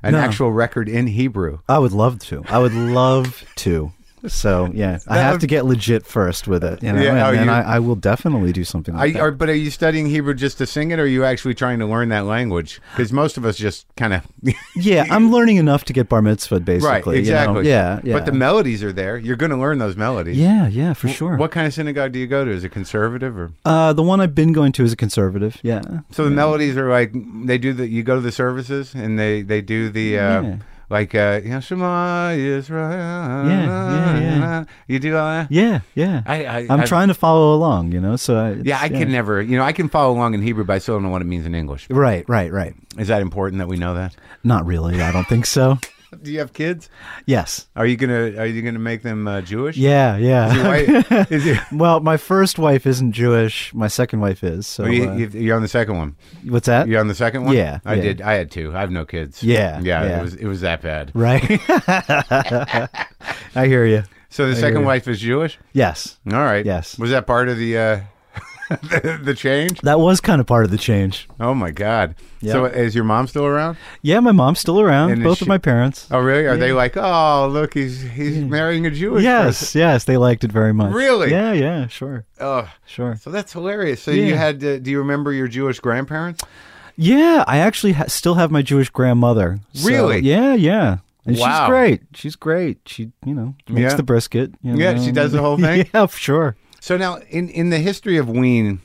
an
No.
actual record in Hebrew.
I would love to. I would love to. So yeah, I
That
have
would-
to get legit first with it, you know,
Yeah,
and,
oh,
then
you-
I, I will definitely do something
Are,
like
you-
that.
are, but are you studying Hebrew just to sing it, or are you actually trying to learn that language? Because most of us just kind of
yeah, I'm learning enough to get bar mitzvah,
right,
basically. you know?
exactly.
Yeah, yeah.
But the melodies are there. You're going to learn those melodies.
yeah, yeah, for sure.
What kind of synagogue do you go to? Is it conservative or?
Uh, the one I've been going to is a conservative. Yeah.
So the melodies are like they do the you go to the services and they they do the uh,
Yeah.
like uh, you know, Shema Israel.
yeah, yeah.
You do all that.
Yeah, yeah.
I, I,
I'm
I-
trying to follow along, you know. So I,
Yeah, I
it's-
can never. You know, I can follow along in Hebrew, but I still don't know what it means in English.
Right, right, right.
Is that important that we know that?
Not really. I don't think so.
Do you have kids?
Yes.
Are you gonna Are you gonna make them uh, Jewish?
Yeah, yeah.
Why- is it-
well, my first wife isn't Jewish. My second wife is. So
Well, you,
uh,
you, are on the second one.
what's that?
You're on the second one.
Yeah,
I
yeah.
did. I had two. I have no kids.
Yeah,
yeah. It
yeah.
was it was that bad.
Right. I hear you.
So the second
you.
wife is Jewish.
Yes.
All right.
Yes.
Was that part of the uh, the, the change?
That was kind of part of the change.
Oh my God!
Yeah.
So is your mom still around?
Yeah, my mom's still around.
And is
both
she-
of my parents.
Oh really? Are they like, oh look, he's he's marrying a Jewish? person."
yes, yes, they liked it very much.
Really?
Yeah, yeah, sure,
Oh,
sure.
so that's hilarious. So you
Yeah.
had? Uh, do you remember your Jewish grandparents?
Yeah, I actually ha- still have my Jewish grandmother. So-
Really?
Yeah, yeah. And
Wow.
she's great. She's great. She, you know, makes
Yeah.
the brisket. you
Yeah,
know.
she does the whole thing?
yeah, sure.
So now, in in the history of Ween,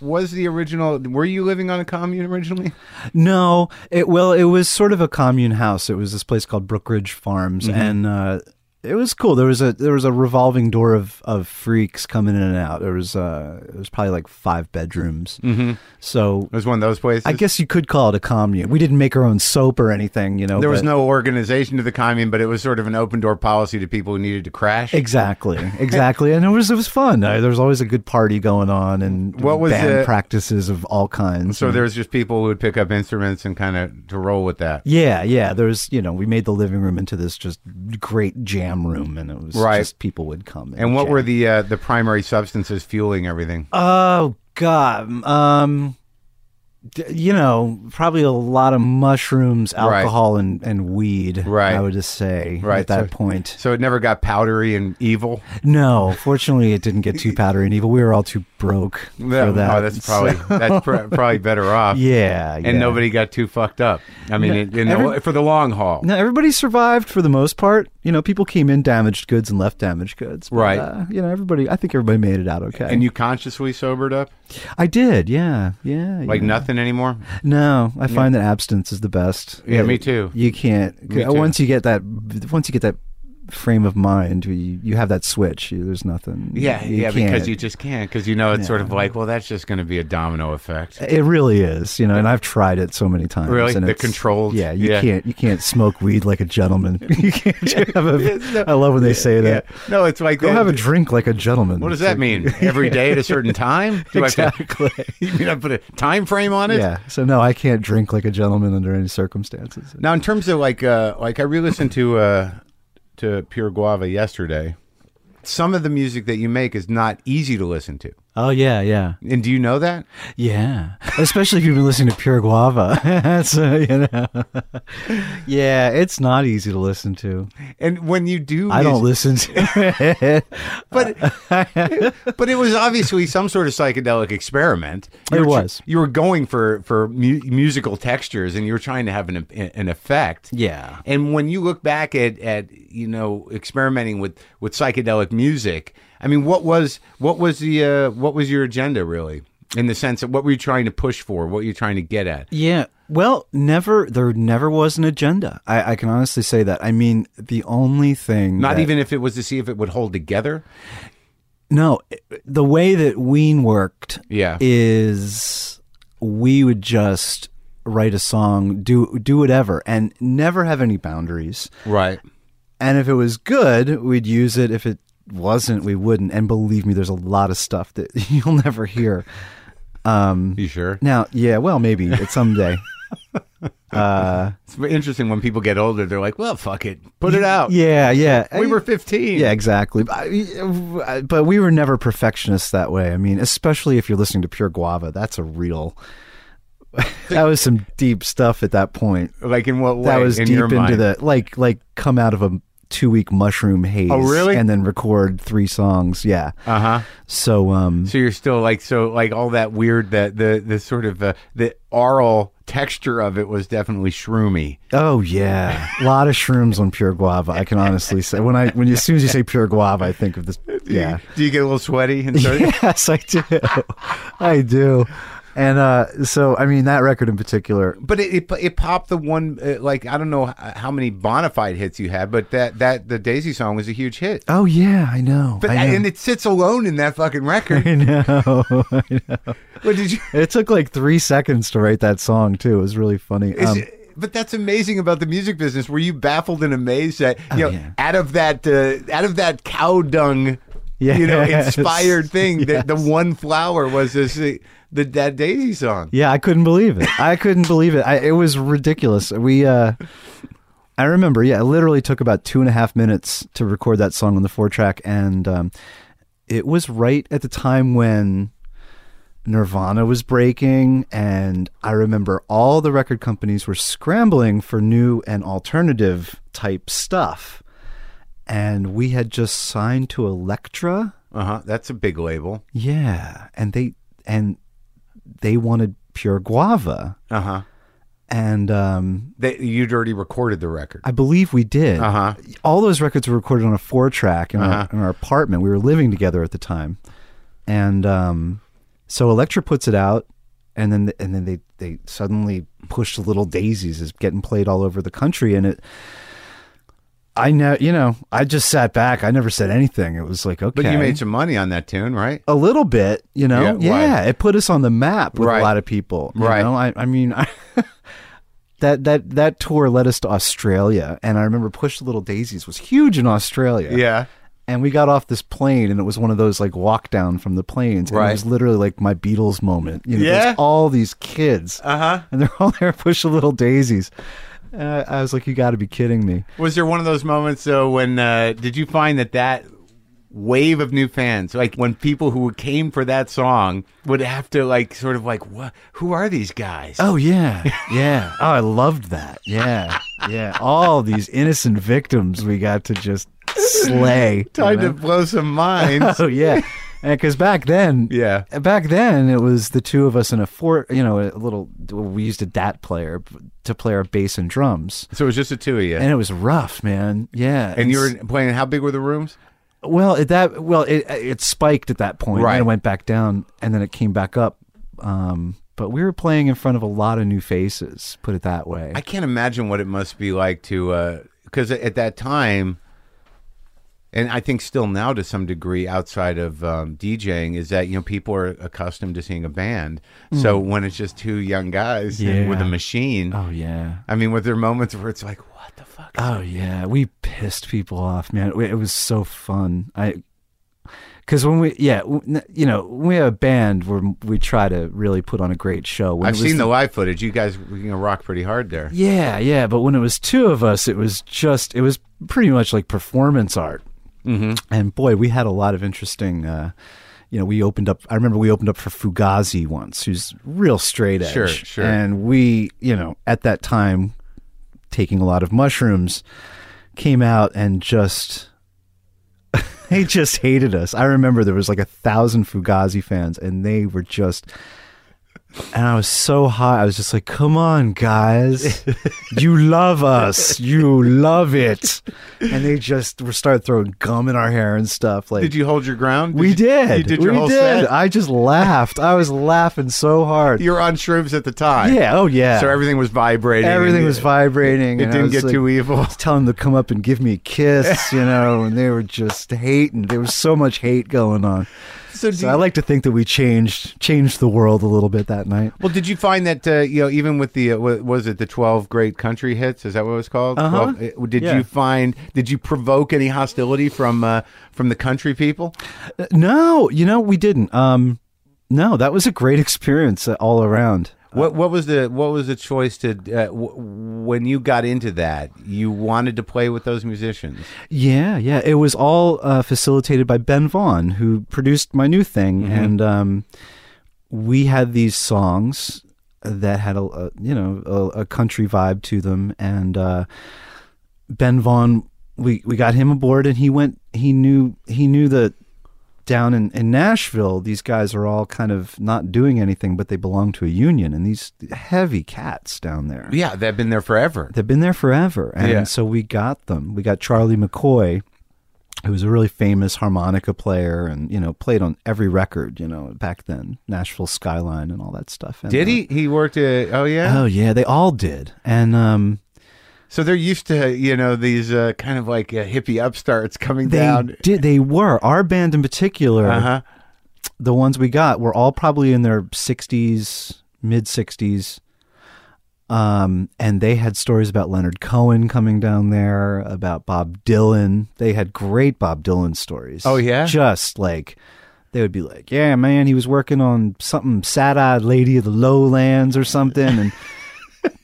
was the original? Were you living on a commune originally?
No, it well, it was sort of a commune house. It was this place called Brookridge Farms,
Mm-hmm.
and uh, it was cool. There was a there was a revolving door of of freaks coming in and out. There was uh, it was probably like five bedrooms. Mm-hmm. So
It was one of those places.
I guess you could call it a commune. We didn't make our own soap or anything, you know.
there was
but-
no organization to the commune, but it was sort of an open door policy to people who needed to crash.
Exactly, exactly, and it was it was fun. Uh, there was always a good party going on, and
What was
band
the-
practices of all kinds.
so
And-
there was just people who would pick up instruments and kind of to roll with that.
yeah, yeah. There's you know we made the living room into this just great jam room, and it was
Right.
just people would come. And,
And what
jam.
were the uh, the primary substances fueling everything?
oh god, um, d- you know probably a lot of mushrooms,
Right.
alcohol, and and weed.
Right.
I would just say
Right,
at that
so-
point.
So it never got powdery and evil.
No, fortunately, it didn't get too powdery and evil. We were all too broke for that.
Oh, that's probably
So-
that's pr- probably better off.
yeah,
And
yeah.
nobody got too fucked up. I mean, it, in the-
Every-
for the long haul.
No, everybody survived for the most part. You know, people came in damaged goods and left damaged goods. But,
Right.
Uh, you know, everybody. I think everybody made it out okay.
And you consciously sobered up,
I did. Yeah. Yeah.
like
yeah.
nothing anymore.
No, I find that abstinence is the best.
Yeah,
It-
me too.
You can't
Me too.
once you get that. Once you get that frame of mind, you, you have that switch. You, there's nothing.
Yeah,
you
yeah, because
can't-
you just can't, because you know it's sort of like, well, that's just going to be a domino effect.
It really is, you know, and I've tried it so many times.
Really?
and
The
it's-
controlled-
Yeah, you
yeah.
can't, you can't smoke weed like a gentleman. you can't have a. I love when they say
Yeah.
that.
No, it's like
Go
that-
have a drink like a gentleman.
What does that mean? Every day at a certain time? Do
Exactly.
I, put- you mean I put a time frame on it?
Yeah. So no, I can't drink like a gentleman under any circumstances.
Now, in terms of like, uh, like I re-listened to uh, to Pure Guava yesterday. Some of the music that you make is not easy to listen to,
Oh yeah, yeah,
and do you know that?
yeah. Especially if you've been listening to Pure Guava. That's, uh, you know. yeah, it's not easy to listen to.
And when you do,
I don't
music-
listen to it.
but but it was obviously some sort of psychedelic experiment. You
It
were tr-
was.
you were going for for mu- musical textures, and you were trying to have an an effect.
yeah.
And when you look back at, at you know experimenting with, with psychedelic music, I mean, what was what was the uh, what was your agenda really in the sense of what were you trying to push for? What were you trying to get at?
Yeah. Well, never there never was an agenda. I, I can honestly say that. I mean, the only thing
Not
that-
even if it was to see if it would hold together.
No, the way that Ween worked
Yeah.
is we would just write a song, do do whatever and never have any boundaries.
Right.
And if it was good, we'd use it. If it wasn't, we wouldn't. And believe me, there's a lot of stuff that you'll never hear.
You sure?
Now, yeah, well, maybe it's someday.
It's very interesting when people get older. They're like, well, fuck it, put it out.
yeah, yeah.
We were fifteen.
Yeah, exactly. But I- But we were never perfectionists that way. I mean, especially if you're listening to Pure Guava, that's a real. that was some deep stuff at that point.
Like in what way?
That was
in
deep
your
into
mind?
the like like come out of a two week mushroom haze.
Oh, really?
And then record three songs. Yeah.
Uh huh.
So um.
So you're still like so like all that weird that the the sort of uh, the aural texture of it was definitely shroomy.
Oh yeah, a lot of shrooms on Pure Guava. I can honestly say when I when you, as soon as you say Pure Guava, I think of this. Yeah.
Do you get a little sweaty and start?
Yes, I do. I do. And uh, so, I mean, that record in particular,
But it, it it popped the one uh, like I don't know h- how many bona fide hits you had, but that that the Daisy song was a huge hit.
Oh yeah, I know.
But
I know.
and it sits alone in that fucking record.
I know. I know.
what did you?
It took like three seconds to write that song too. It was really funny.
is
Um,
it- but that's amazing about the music business. Were you baffled and amazed that you know
Oh, yeah.
out of that uh, out of that cow dung, you know,
Yes.
inspired thing that the one flower was this uh, the that Daisy song.
yeah, I couldn't believe it. I couldn't believe it. I, it was ridiculous. We, uh, I remember. Yeah, it literally took about two and a half minutes to record that song on the four track, and um, it was right at the time when Nirvana was breaking, and I remember all the record companies were scrambling for new and alternative type stuff. And we had just signed to Elektra.
Uh huh. That's a big label.
Yeah, and they and they wanted pure guava.
Uh huh.
And um,
That you'd already recorded the record.
I believe we did.
Uh huh.
All those records were recorded on a four track in,
Uh-huh.
our, in our apartment. We were living together at the time. And um, so Elektra puts it out, and then and then they, they suddenly pushed Little Daisies is getting played all over the country. And it, I know, you know, I just sat back. I never said anything. It was like, okay.
But you made some money on that tune, right?
a little bit, you know.
Yeah,
Yeah,
right.
it put us on the map with
Right.
a lot of people. you
Right.
know? I, I mean, I, that that that tour led us to Australia, and I remember Push the Little Daisies was huge in Australia.
Yeah.
And we got off this plane, and it was one of those like walk down from the planes. And
Right.
it was literally like my Beatles moment. You know,
Yeah.
there's all these kids,
Uh huh.
and they're all there, push the little daisies. And I, I was like, you got to be kidding me.
Was there one of those moments though when uh, did you find that that wave of new fans, like when people who came for that song would have to like sort of like, what? Who are these guys?
Oh yeah, yeah. oh, I loved that. Yeah, yeah. All these innocent victims we got to just slay.
Time to blow some minds.
Oh yeah, and because back then,
yeah.
back then it was the two of us in a four. You know, a little. We used a DAT player to play our bass and drums,
So it was just the two of you, and,
and it was rough, man. Yeah,
you were playing. How big were the rooms?
well at that. Well, it it spiked at that point,
Right.
And it went back down, and then it came back up. Um, but we were playing in front of a lot of new faces. Put it that way.
I can't imagine what it must be like to, because at that time, and I think still now to some degree outside of um, DJing, is that, you know, people are accustomed to seeing a band. So when it's just two young guys and with a
Hmm. Yeah.
machine,
oh yeah.
I mean, were there moments where it's like, what the fuck?
Oh yeah, we pissed people off, man. It it was so fun. I because when we yeah, w- n- you know, when we have a band where we try to really put on a great show. When
I've
it was-
seen the live footage. You guys were going to rock pretty hard there.
yeah, yeah, but when it was two of us, it was just it was pretty much like performance art. Mm-hmm. And boy, we had a lot of interesting. Uh, you know, we opened up. I remember we opened up for Fugazi once, who's real straight edge.
Sure, sure.
And we, you know, at that time, taking a lot of mushrooms, came out and just they just hated us. I remember there was like a thousand Fugazi fans, and they were just. And I was so high. I was just like, "Come on, guys, you love us, you love it," and they just were started throwing gum in our hair and stuff. Like,
Did you hold your ground?
we
you-
did.
You did your
we
whole
did.
set.
I just laughed. I was laughing so hard.
you were on shrooms at the time.
yeah. Oh yeah.
So everything was vibrating.
Everything
and
was vibrating.
It
and I
didn't
was
get
like,
too evil.
tell them to come up and give me a kiss, you know, and they were just hating. There was so much hate going on.
So, do
So I like to think that we changed changed the world a little bit that night.
Well, did you find that uh, you know even with the uh, wa- was it the twelve great country hits? Is that what it was called?
Uh-huh.
12 uh, did
Yeah.
you find did you provoke any hostility from uh, from the country people?
Uh, No, you know, we didn't. Um no, that was a great experience uh, all around.
What what was the what was the choice to uh, w- when you got into that? You wanted to play with those musicians.
Yeah, yeah. It was all uh, facilitated by Ben Vaughn, who produced my new thing, and um, we had these songs that had a, a you know a, a country vibe to them, and uh, Ben Vaughn, we we got him aboard, and he went. He knew he knew that down in, in Nashville, these guys are all kind of not doing anything, but they belong to a union, and these heavy cats down there.
Yeah, they've been there forever.
They've been there forever. And
Yeah.
so we got them. We got Charlie McCoy, who was a really famous harmonica player and, you know, played on every record, you know, back then, Nashville Skyline and all that stuff. And,
Did he? He worked at oh yeah.
uh, oh, yeah. They all did. And um,
so they're used to you know these uh, kind of like uh, hippie upstarts coming
they
down.
did. They were. Our band in particular,
Uh huh.
the ones we got, were all probably in their 60s, mid 60s. Um, and they had stories about Leonard Cohen coming down there, about Bob Dylan. They had great Bob Dylan stories.
Oh, yeah?
just like they would be like, "Yeah, man, he was working on something sad-eyed lady of the lowlands or something," and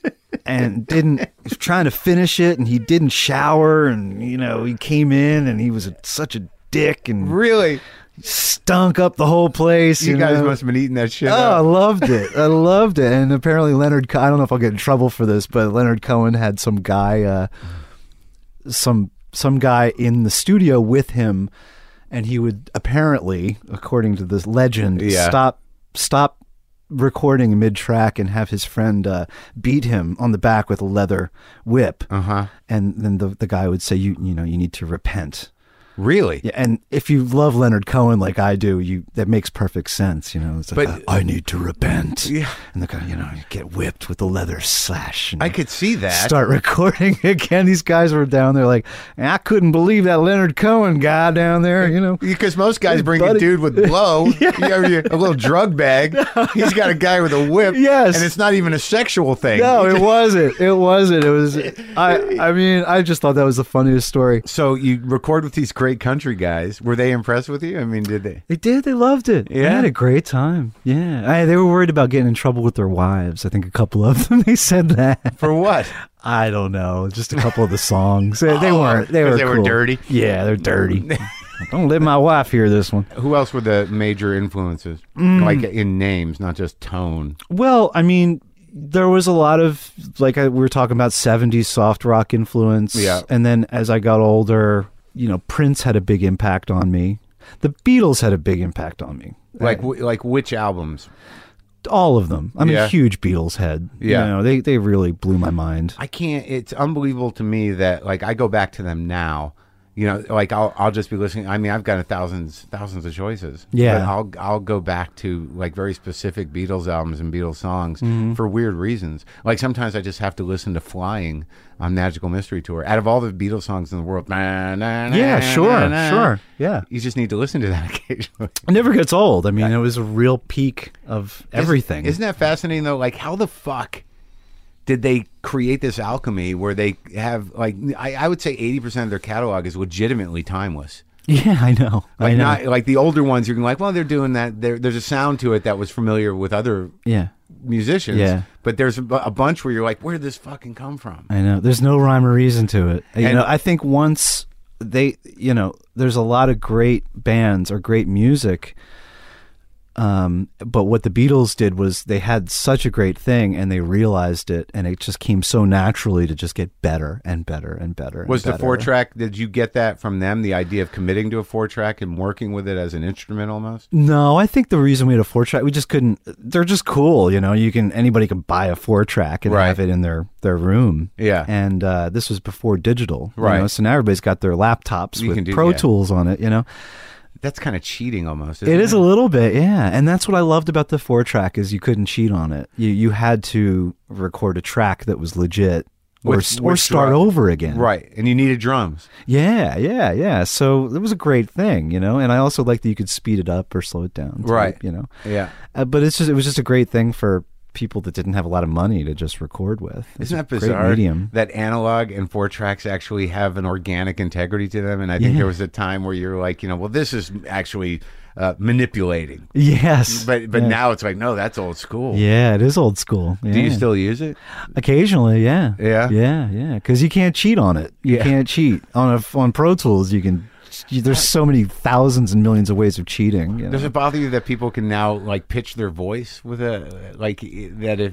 and didn't he was trying to finish it, and he didn't shower, and you know he came in and he was a, such a dick and
Really,
stunk up the whole place.
you,
You,
guys
know?
must have been eating that shit.
Oh, I
up.
loved it. I loved it. And apparently, Leonard, Co- I don't know if I'll get in trouble for this, but Leonard Cohen had some guy, uh, some some guy in the studio with him, and he would apparently, according to this legend,
Yeah.
stop stop recording mid track and have his friend uh, beat him on the back with a leather whip.
Uh-huh.
And then the, the guy would say, you, you know, you need to repent.
Really?
Yeah, and if you love Leonard Cohen like I do, you that makes perfect sense. You know, it's like
But-
"I- I need to repent. Yeah, and the guy, you know, you get whipped with a leather slash. and
I could see that.
start recording again. These guys were down there like, "And I couldn't believe that Leonard Cohen guy down there. You know,
Because most guys bring a
buddy-
dude with blow, you know, you- a little drug bag. He's got a guy with a whip.
Yes.
And it's not even a sexual thing.
no, it wasn't. It wasn't. It was. I. I mean, I just thought that was the funniest story.
So you record with these great country guys. Were they impressed with you? I mean, did they?
They did. They loved it. They
Yeah.
had a great time. Yeah, I, they were worried about getting in trouble with their wives. I think a couple of them. They said that.
For what?
I don't know. Just a couple of the songs. They, they weren't. They
'cause
were.
Oh, they were
cool.
dirty?
Yeah, they're dirty. don't let my wife hear this one.
Who else were the major influences?
Mm.
Like in names, not just tone.
Well, I mean, there was a lot of like I, we were talking about '70s soft rock influence.
Yeah.
and then as I got older, you know, Prince had a big impact on me. The Beatles had a big impact on me.
Like wh- like which albums?
all of them. I'm
Yeah.
a huge Beatles head.
Yeah.
you know, they they really blew my mind.
I can't. It's unbelievable to me that like I go back to them now. You know, like I'll I'll just be listening. I mean, I've got a thousands thousands of choices.
Yeah.
but I'll I'll go back to like very specific Beatles albums and Beatles songs
Mm-hmm.
for weird reasons. Like sometimes I just have to listen to "Flying" on Magical Mystery Tour. Out of all the Beatles songs in the world, na, na, na,
Yeah, sure,
na, na,
sure, yeah.
You just need to listen to that occasionally.
It never gets old. I mean, it was a real peak of everything.
Isn't that fascinating though? Like how the fuck did they create this alchemy where they have like I, I would say eighty percent of their catalog is legitimately timeless.
yeah, I know.
Like
I know.
not like the older ones you're like, well they're doing that there there's a sound to it that was familiar with other
yeah,
musicians.
Yeah.
But there's a, bu- a bunch where you're like, where did this fucking come from?
I know. There's no rhyme or reason to it. You
And-
know, I think once they, you know, there's a lot of great bands or great music. Um, but what the Beatles did was they had such a great thing and they realized it and it just came so naturally to just get better and better and better. and
Was the
better.
four track did you get that from them, the idea of committing to a four track and working with it as an instrument almost?
No, I think the reason we had a four track, we just couldn't. They're just cool, you know. You can anybody can buy a four track and
Right.
have it in their their room.
Yeah.
and uh, this was before digital, you
Right.
know, so now everybody's got their laptops
You can
with
do-
Pro
yeah.
Tools on it, you know.
That's kind of cheating almost. Isn't
It is a little bit, yeah, and that's what I loved about the four track is you couldn't cheat on it. You you had to record a track that was legit. Or,
With-
s- or
with
start
drum.
over again.
Right. And you needed drums.
Yeah, yeah, yeah. So it was a great thing, you know. And I also like that you could speed it up or slow it down. to,
Right.
You know.
Yeah.
Uh, but it's just it was just a great thing for people that didn't have a lot of money to just record with. It's
Isn't that
a great
bizarre?
medium.
That analog and four tracks actually have an organic integrity to them. And I think there was a time where you're like, you know, well, this is actually uh, manipulating.
Yes.
But but
yeah.
now it's like, no, that's old school.
Yeah, it is old school.
Do you
Yeah.
still use it?
occasionally? Yeah,
Yeah?
yeah, yeah. Because you can't cheat on it. You
Yeah.
can't cheat on a, on Pro Tools. You can. You, there's so many thousands and millions of ways of cheating. you know.
Does it bother you that people can now like pitch their voice with a like e, that? If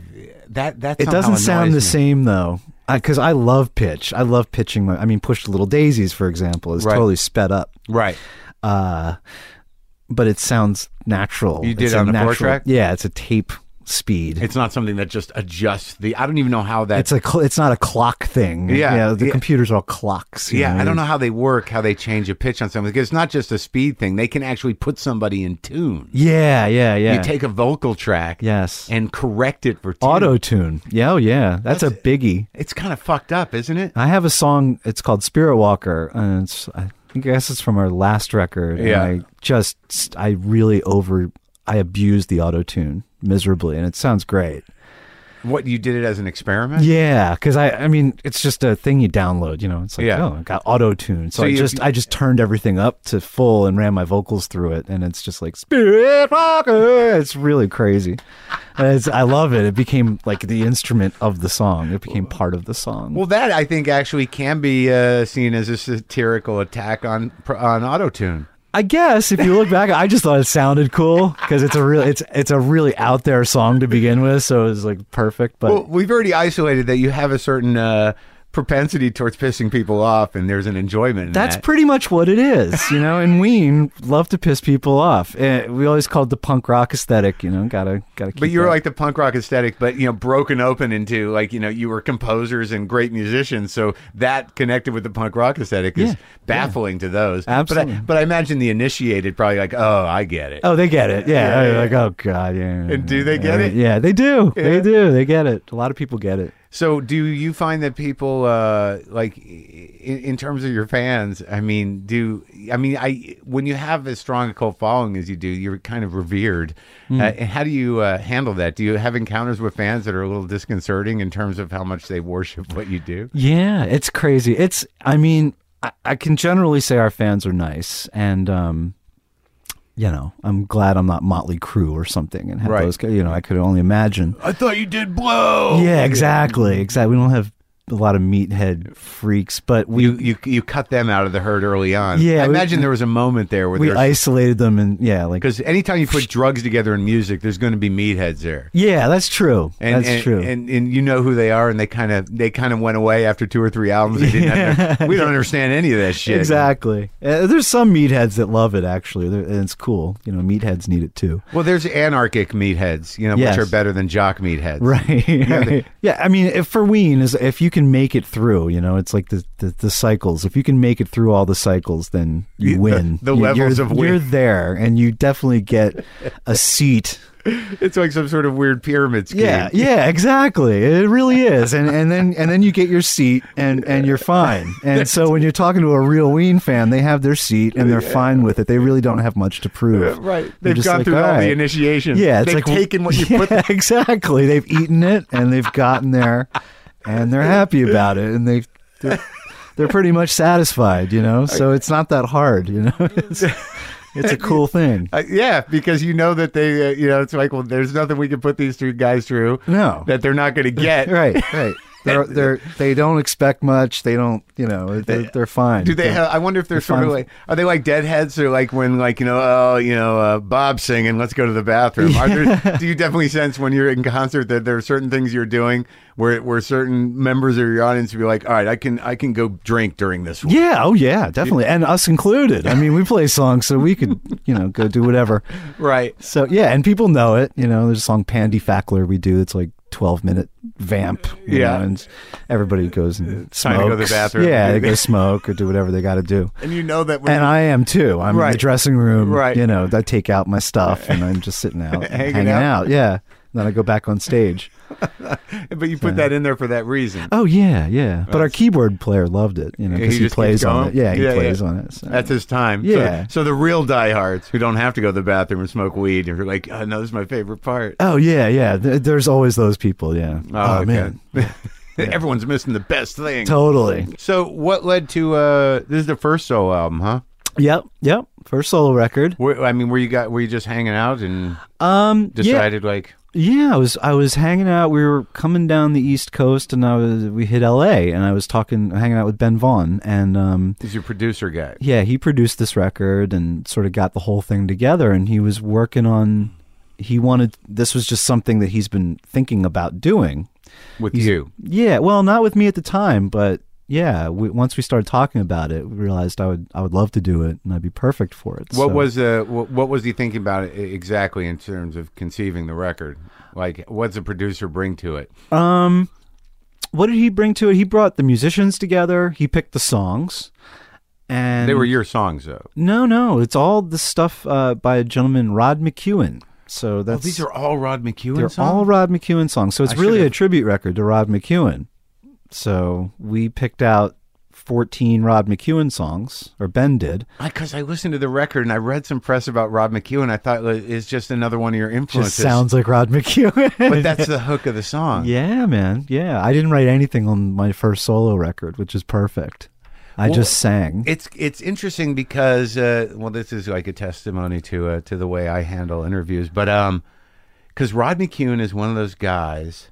that that
It
somehow
doesn't sound the
annoys me.
same though, because I, love pitch. I love pitching. My, I mean, Push the Little Daisies, for example, is
Right.
totally sped up.
right?
uh, but it sounds natural.
You did
It's
it on
a
the four
natural,
track?
Yeah, it's a tape speed. It's,
It's not something that just adjusts the. I don't even know how that.
a cl- it's not a clock thing.
Yeah,
You know, the
yeah.
computers are all clocks. you
yeah, I don't know how they work, how they change a pitch on something. Because it's not just a speed thing; they can actually put somebody in tune.
Yeah, yeah, yeah.
You take a vocal track,
yes.
and correct it for tune.
Auto tune. Yeah, oh yeah, that's, a biggie.
It's kind of fucked up, isn't it?
I have a song. It's called Spirit Walker, and it's I guess it's from our last record. and
Yeah.
I just I really over I abused the auto tune miserably, and it sounds great.
What you did it as an experiment?
Yeah, because I, I mean, it's just a thing you download. You know, it's like,
Yeah.
oh, I got auto tune, so,
So
I
you-
just, I just turned everything up to full and ran my vocals through it, and it's just like Spirit Walker. It's really crazy. And it's, I love it. It became like the instrument of the song. It became part of the song.
Well, that I think actually can be uh, seen as a satirical attack on pr- on autotune.
I guess if you look back, I just thought it sounded cool because it's a real, it's, it's a really out there song to begin with, so it was like perfect. But
Well, we've already isolated that you have a certain uh, propensity towards pissing people off, and there's an enjoyment. In
That's
that.
pretty much what it is, you know. And Ween love to piss people off. Eh, we always called the punk rock aesthetic, you know. Gotta gotta. Keep
But you were
that.
like the punk rock aesthetic, but you know, broken open into like you know, you were composers and great musicians, so that connected with the punk rock aesthetic is
Yeah,
baffling to those.
Absolutely.
But I, but I imagine the initiated probably like, oh, I get it.
oh, they get it.
Yeah,
Yeah,
yeah,
like oh god, yeah.
And do they get it?
Yeah, they do.
Yeah.
They do. They get it. A lot of people get it.
So, do you find that people uh, like in, in terms of your fans? I mean, do I mean I when you have as strong a cult following as you do, you're kind of revered.
Hmm.
Uh, and how do you uh, handle that? Do you have encounters with fans that are a little disconcerting in terms of how much they worship what you do?
Yeah, it's crazy. It's I mean, I, I can generally say our fans are nice and um you know, I'm glad I'm not Motley Crue or something and have
Right.
those you know, I could only imagine.
I thought you did blow.
Oh, yeah, exactly. Exactly. We don't have a lot of meathead freaks, but we
You you you cut them out of the herd early on.
Yeah,
I
we-
imagine there was a moment there where
we isolated them and yeah, like
because anytime you put drugs together in music, there's going to be meatheads there.
yeah, that's true.
and,
that's
and,
true.
And, and you know who they are, and they kind of they kind of went away after two or three albums. They didn't under- we don't understand any of that shit.
exactly. Uh, there's some meatheads that love it actually, They're- and it's cool. You know, meatheads need it too.
Well, there's anarchic meatheads, you know,
Yes.
which are better than jock meatheads.
right yeah,
they-
yeah i mean if for ween is if you can make it through you know it's like the the, the cycles if you can make it through all the cycles then you
The-
win
the
You-
levels
you're,
of win.
you're there and you definitely get a seat
It's like some sort of weird pyramid scheme.
yeah yeah exactly it really is and and then and then you get your seat and and you're fine and so when you're talking to a real ween fan they have their seat and they're fine with it they really don't have much to prove
Right.
They're
They've
just
gone
like,
through all,
right.
the initiation.
Yeah, it's
They've
like
taken what you
yeah,
put.
Exactly, they've eaten it and they've gotten there, and they're happy about it, and they they're, they're pretty much satisfied, you know. So it's not that hard, you know. It's, it's a cool thing.
Uh, yeah, because you know that they, uh, you know, it's like, well, there's nothing we can put these two guys through
No,
that they're not going to get.
right, right. They're they're they don't expect much. They don't, you know, they're, they're fine.
Do they?
They're-
Have, I wonder if they're sort of
fine.
like are they like deadheads or like when like you know oh you know uh, Bob singing let's go to the bathroom. Are there, do you definitely sense when you're in concert that there are certain things you're doing where where certain members of your audience will be like all right I can I can go drink during this one.
Yeah, oh yeah, definitely, and us included. I mean, we play songs, so we could, you know, go do whatever.
Right.
So yeah, and people know it. You know, there's a song Pandy Fackler we do that's like 12 minute vamp. you
Yeah.
know, and everybody goes and smokes.
Time to go to the bathroom.
Yeah, they go smoke or do whatever they got to do.
And you know that when
And I am too. I'm in
Right.
the dressing room.
Right.
You know, I take out my stuff and I'm just sitting out, and
Hanging
hanging,
out.
out. Yeah. then I go back on stage.
but you put that in there for that reason.
Oh yeah, yeah. But our keyboard player loved it. You know,
Yeah, he
because he,
just keeps
plays on
going?
it. Yeah, he
Yeah, yeah.
plays on it. So.
That's his time. So-
Yeah.
So, the real diehards who don't have to go to the bathroom and smoke weed are like, oh, no, this is my favorite part. Oh,
oh yeah, yeah. There- There's always those people. Yeah.
okay.
Oh, man,
Everyone's missing the best thing.
totally.
So what led to uh this is the first solo album, huh?
Yep, yep. First solo record.
Were, I mean, were you got were you just hanging out and
Um, yeah,
decided like
yeah. I was I was hanging out. We were coming down the East Coast, and I was we hit L.A. and I was talking, hanging out with Ben Vaughn, and um,
he's your producer guy?
yeah, he produced this record and sort of got the whole thing together. And he was working on. He wanted this was just something that he's been thinking about doing.
With
He's-
you,
Yeah, well, not with me at the time, but yeah, we, once we started talking about it, we realized I would I would love to do it and I'd be perfect for it.
what
so.
was uh what, what was he thinking about i- exactly in terms of conceiving the record? Like, what's a producer bring to it?
Um, what did he bring to it? He brought the musicians together. He picked the songs, and
They were your songs, though.
no, no. It's all the stuff uh, by a gentleman Rod McEwen. So that's
Oh, these are all Rod McEwen
they're all
songs.
Rod McEwen songs. So it's
I
really a
should've-
tribute record to Rod McEwen. So we picked out fourteen Rod McEwen songs, or Ben did.
Because I, listened to the record and I read some press about Rod McEwen. I thought like, it's just another one of your influences.
Just sounds like Rod McEwen.
but that's the hook of the song.
yeah, man. Yeah, I didn't write anything on my first solo record, which is perfect. I
Well,
just sang.
It's it's interesting because uh, well, this is like a testimony to uh, to the way I handle interviews, but um, because Rod McCune is one of those guys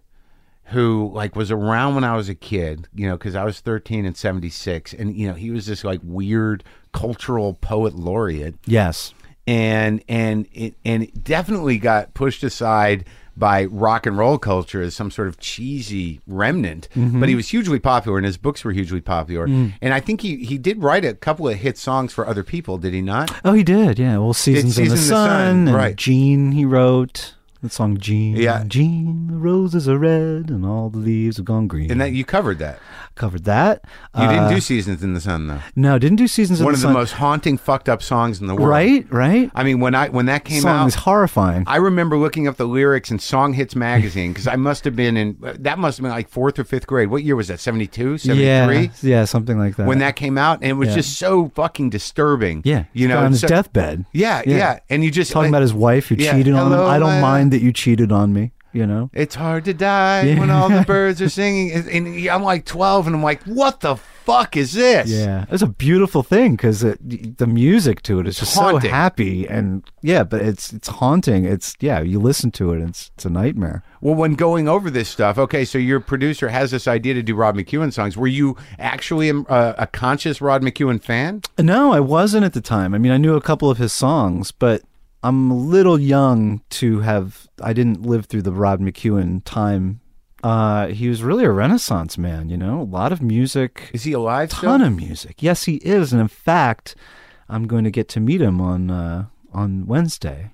who like was around when I was a kid, you know, because I was thirteen and seventy six, and you know he was this like weird cultural poet laureate,
yes.
and and it, and it definitely got pushed aside by rock and roll culture as some sort of cheesy remnant.
Mm-hmm.
But he was hugely popular, and his books were hugely popular.
Mm.
And I think he he did write a couple of hit songs for other people, did he not?
Oh, he did. Yeah. Well, Seasons in the,
Season in the
Sun,
Sun,
and
right.
Gene, he wrote the song Gene.
Yeah.
Gene, the roses are red and all the leaves have gone green.
And that you covered that.
covered that.
You
Uh,
didn't do Seasons in the Sun though.
no, didn't do Seasons
One
of
of
the
the
Sun.
most haunting, fucked up songs in the world.
right, right.
I mean, when I when that came
song
out,
is horrifying.
I remember looking up the lyrics in Song Hits magazine because I must have been in that must have been like fourth or fifth grade. What year was that? 72, 73?
yeah, yeah, something like that.
When that came out, and it was
Uh-huh. Yeah.
just so fucking disturbing.
yeah,
you
he's
know,
got on his
so-
deathbed,
Yeah, yeah,
Yeah.
and you just like,
talking about his wife who
Yeah,
cheated on him.
hello, my-
I don't mind that you cheated on me. You know,
It's hard to die when all the birds are singing, and, and I'm like 12, and I'm like, what the fuck is this?
Yeah, it's a beautiful thing because the music to it is just
haunting.
so happy and yeah, but it's it's haunting. It's yeah, you listen to it, and it's it's a nightmare.
Well, when going over this stuff, okay, so your producer has this idea to do Rod McEwen songs. Were you actually um, uh, a conscious Rod McEwen fan?
No, I wasn't at the time. I mean, I knew a couple of his songs, but I'm a little young to have. I didn't live through the Rod McEwen time. Uh, he was really a Renaissance man, you know, a lot of music.
Is he alive? still?
ton of music. Yes, he is, and in fact, I'm going to get to meet him on uh, on Wednesday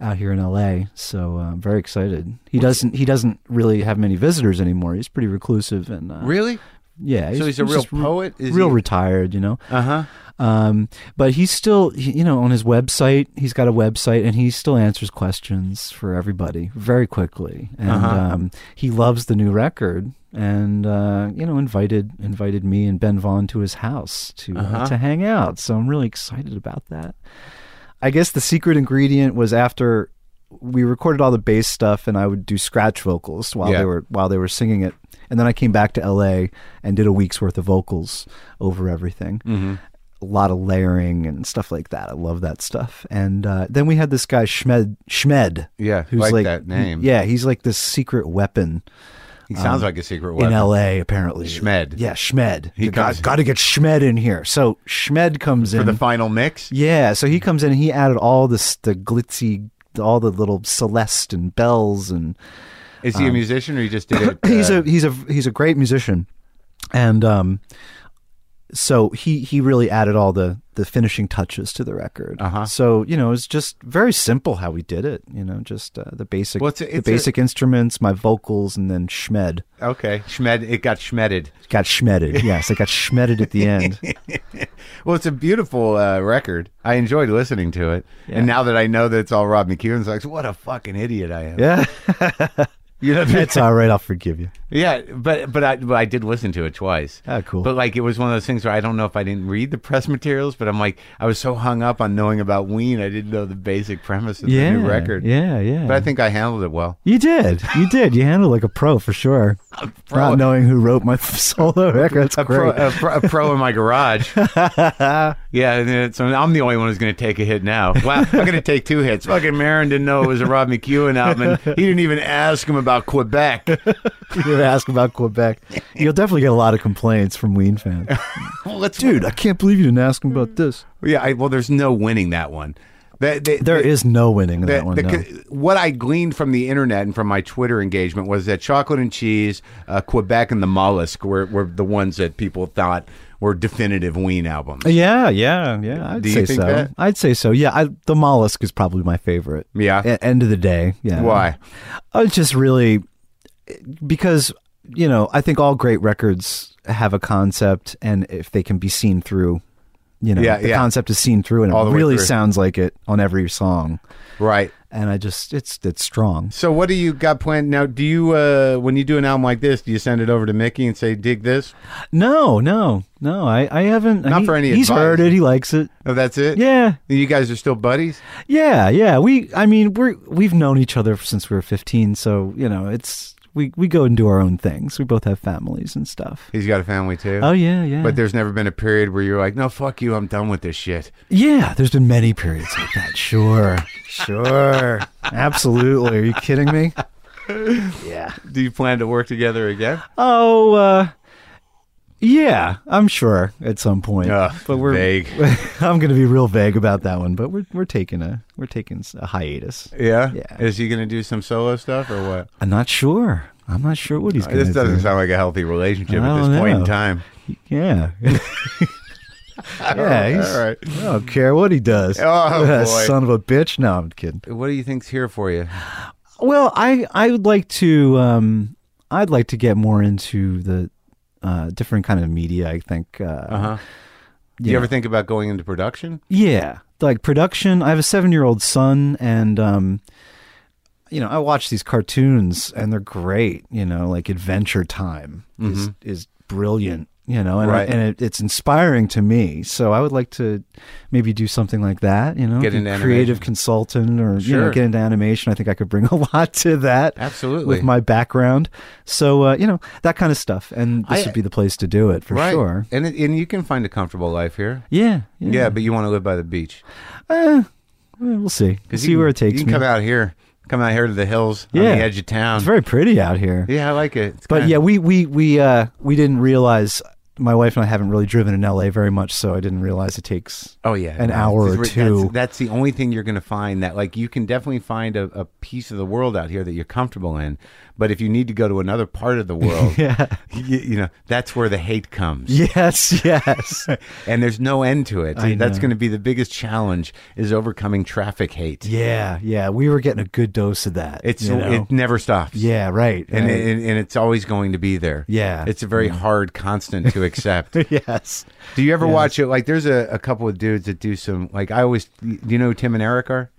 out here in L.A. So uh, I'm very excited. He doesn't he doesn't really have many visitors anymore. He's pretty reclusive and uh,
Really?
yeah.
So he's a real
just re-
poet? Is
real
he-
retired, you know.
Uh huh.
Um, but he's still he- you know on his website. He's got a website, and he still answers questions for everybody very quickly. And
Uh-huh.
um, he loves the new record. And uh, you know, invited invited me and Ben Vaughn to his house to
Uh-huh.
uh, to hang out. So I'm really excited about that. I guess the secret ingredient was after we recorded all the bass stuff and I would do scratch vocals while
Yeah.
they were while they were singing it. And then I came back to LA and did a week's worth of vocals over everything.
Mm-hmm.
A lot of layering and stuff like that. I love that stuff. And uh, then we had this guy Shmed Shmed.
Yeah,
who's
like
like,
that name.
Yeah, he's like this secret weapon,
He sounds like a secret
in
weapon.
LA apparently.
Shmed.
Yeah, Shmed.
He
He
comes-
got to get Shmed in here. So Shmed comes
for
in
the final mix.
yeah, so he
Hmm.
comes in and he added all this the glitzy, all the little Celeste and bells, and
Is he a musician or he just did it?
Um, he's
uh,
a he's a he's a great musician, and um, so he he really added all the the finishing touches to the record.
Uh-huh.
So you know it's just very simple how we did it. You know, just uh, the basic
Well, it's a- it's
the
a-
basic instruments, my vocals, and then Schmed
okay. Schmed. It got schmedded.
got Schmedded. yes, it got Schmedded at the end.
Well, it's a beautiful uh, record. I enjoyed listening to it. And now that I know that it's all Rob McEwen songs, what a fucking idiot I am.
Yeah,
You know what I mean?
it's all right. I'll forgive you.
Yeah, but but I but I did listen to it twice.
Ah, cool.
But like it was one of those things where I don't know if I didn't read the press materials, but I'm like I was so hung up on knowing about Ween, I didn't know the basic premise of
yeah,
the new record.
Yeah, yeah.
But I think I handled it well.
You did. You did. You handled like a pro for sure.
pro.
Not knowing who wrote my solo record. That's
a pro,
great.
a, pro, a pro in my garage. yeah, and then- so I'm the only one who's going to take a hit now. Wow, I'm going to take two hits. Fucking Marin didn't know it was a Rob McEwen album. And he didn't even ask him about Quebec.
you ever ask about Quebec? You'll definitely get a lot of complaints from Ween fans.
Well, let's,
Dude, I can't believe you didn't ask him about this.
Yeah, I, well, there's no winning that one. That, that-
There
that-
is no winning in
the-
that one.
the-
no.
What I gleaned from the internet and from my Twitter engagement was that chocolate and cheese, uh, Quebec, and the mollusk were, were the ones that people thought were definitive Ween albums.
Yeah, yeah, yeah. I'd
Do you
say
think
so.
that?
I'd say so. Yeah, I, the mollusk is probably my favorite.
Yeah.
E- end of the day. Yeah.
Why?
I was just really because you know I think all great records have a concept, and if they can be seen through, you know,
Yeah,
the
yeah.
concept is seen through, and
All the
it
way
really
through.
sounds like it on every song.
Right.
And I just it's it's strong.
So what do you got planned now? Do you uh, when you do an album like this, do you send it over to Mickey and say dig this?
No, no, no. I I haven't.
Not
he-
for any
He's
advice.
heard it. He likes it.
Oh, that's it.
Yeah,
You guys are still buddies.
yeah, yeah. We I mean we're we've known each other since we were fifteen, so you know it's we we go and do our own things. We both have families and stuff.
He's got a family too.
Oh yeah, yeah.
But there's never been a period where you're like, no, fuck you, I'm done with this shit.
Yeah, there's been many periods like that. Sure, sure, absolutely. Are you kidding me? Yeah.
Do you plan to work together again?
Oh, uh, Yeah, I'm sure at some point.
Ugh,
but we're
vague.
I'm going to be real vague about that one, but we're we're taking a we're taking a hiatus.
Yeah?
Yeah.
Is he going to do some solo stuff or what?
I'm not sure. I'm not sure what he's going to
Uh, This
do.
doesn't sound like a healthy relationship
I
at this
don't
point in
know.
time.
Yeah. yeah. He's,
All right.
I don't care what he does.
Oh, boy.
Son of a bitch. No, I'm kidding.
What do you think's here for you?
Well, I I would like to um I'd like to get more into the uh different kind of media. I think. Uh,
huh. Do
Yeah.
Uh-huh. you ever think about going into production?
Yeah, like production. I have a seven-year-old son, and um, you know, I watch these cartoons, and they're great. You know, like Adventure Time is is brilliant. You know, and
Mm-hmm.
I-
Right.
and it, it's inspiring to me. So I would like to maybe do something like that. You know,
Get
be
into
creative
animation.
consultant, or you know,
Sure.
get into animation. I think I could bring a lot to that.
Absolutely.
With my background, so uh, you know that kind of stuff, and this
I-
would be the place to do it for
right.
sure.
And it, and you can find a comfortable life here.
Yeah,
Yeah, but you want to live by the beach.
Eh, well, we'll see.
you
See
can-
where it takes
You can
me.
come out here. Come out here to the hills on
Yeah.
the edge of town.
It's very pretty out here.
yeah, I like it. It's
But
kinda-
yeah, we we we uh, we didn't realize. My wife and I haven't really driven in LA very much, so I didn't realize it takes.
Oh yeah,
an
no,
hour or
that's-
two.
That's, the only thing you're going to find that like you can definitely find a, a piece of the world out here that you're comfortable in, but if you need to go to another part of the world,
Yeah.
you, you know that's where the hate comes,
Yes, yes.
and there's no end to it.
I
that's
know.
going to be the biggest challenge is overcoming traffic hate.
yeah, yeah. We were getting a good dose of that.
It's
you know?
it never stops.
yeah, right.
and,
right.
and and it's always going to be there.
Yeah. Mm.
it's a very hard constant to accept.
yes.
Do you ever watch it? Like, there's a, a couple of dudes that do some like I always. Do you know who Tim and Eric are?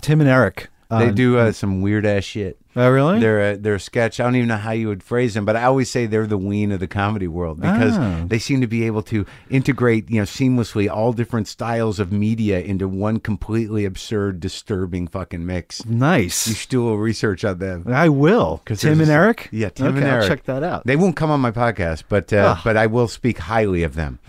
Tim and Eric.
They
um,
do uh, some weird ass shit.
Oh, really?
They're a, they're a sketch. I don't even know how you would phrase them, but I always say they're the ween of the comedy world because
Oh.
they seem to be able to integrate, you know, seamlessly all different styles of media into one completely absurd, disturbing fucking mix. You
nice.
should do a little research on them.
I will.
'Cause
Tim
there's
and
a-
Eric.
Yeah, Tim
okay,
and Eric.
I'll check that out.
They won't come on my podcast, but uh,
Ugh.
but I will speak highly of them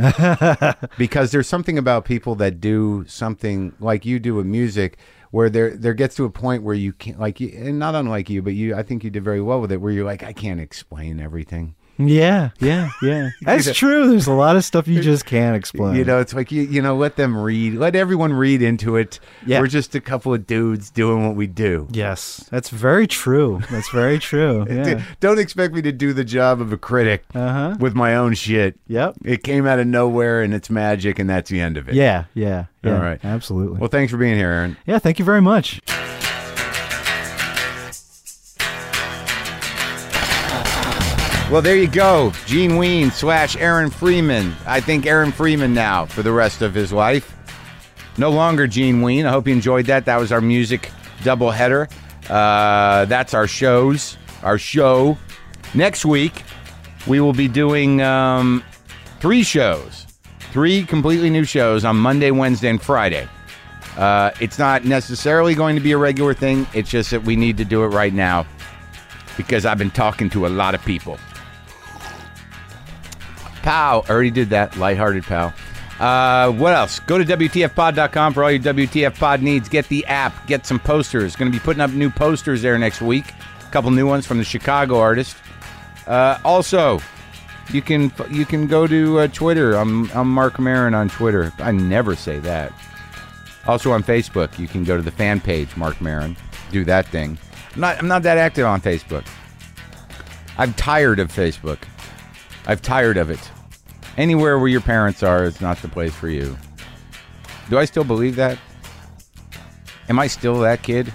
because there's something about people that do something like you do with music, where there there gets to a point where you can't like, you, and not unlike you, but you I think you did very well with it, where you're like, I can't explain everything.
yeah, yeah, yeah. That's true. There's a lot of stuff you just can't explain.
You know, it's like you you know, let them read, let everyone read into it.
Yeah.
We're just a couple of dudes doing what we do.
Yes, that's very true. That's very true. Yeah.
Don't expect me to do the job of a critic
Uh-huh.
with my own shit.
Yep.
It came out of nowhere and it's magic and that's the end of it.
Yeah, yeah, yeah.
All right.
Absolutely.
Well, thanks for being here, Aaron.
yeah, thank you very much.
Well, there you go. Gene Ween slash Aaron Freeman. I think Aaron Freeman now for the rest of his life. No longer Gene Ween. I hope you enjoyed that. That was our music doubleheader. Uh, that's our shows, our show. Next week, we will be doing um, three shows, three completely new shows on Monday, Wednesday, and Friday. Uh, it's not necessarily going to be a regular thing. It's just that we need to do it right now because I've been talking to a lot of people. Pow. Already did that. Lighthearted pal. Uh, what else? Go to WTFpod.com for all your WTF pod needs. Get the app. Get some posters. Going to be putting up new posters there next week. A couple new ones from the Chicago artist. Uh, also, you can you can go to uh, Twitter. I'm I'm Mark Marin on Twitter. I never say that. Also on Facebook, you can go to the fan page, Mark Marin. Do that thing. I'm not I'm not that active on Facebook. I'm tired of Facebook. I've tired of it. Anywhere where your parents are is not the place for you. Do I still believe that? Am I still that kid?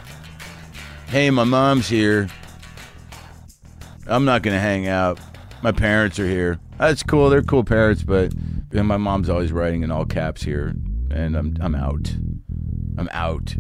Hey, my mom's here. I'm not gonna hang out. My parents are here. That's cool. They're cool parents, but and my mom's always writing in all caps here, and I'm I'm out. I'm out.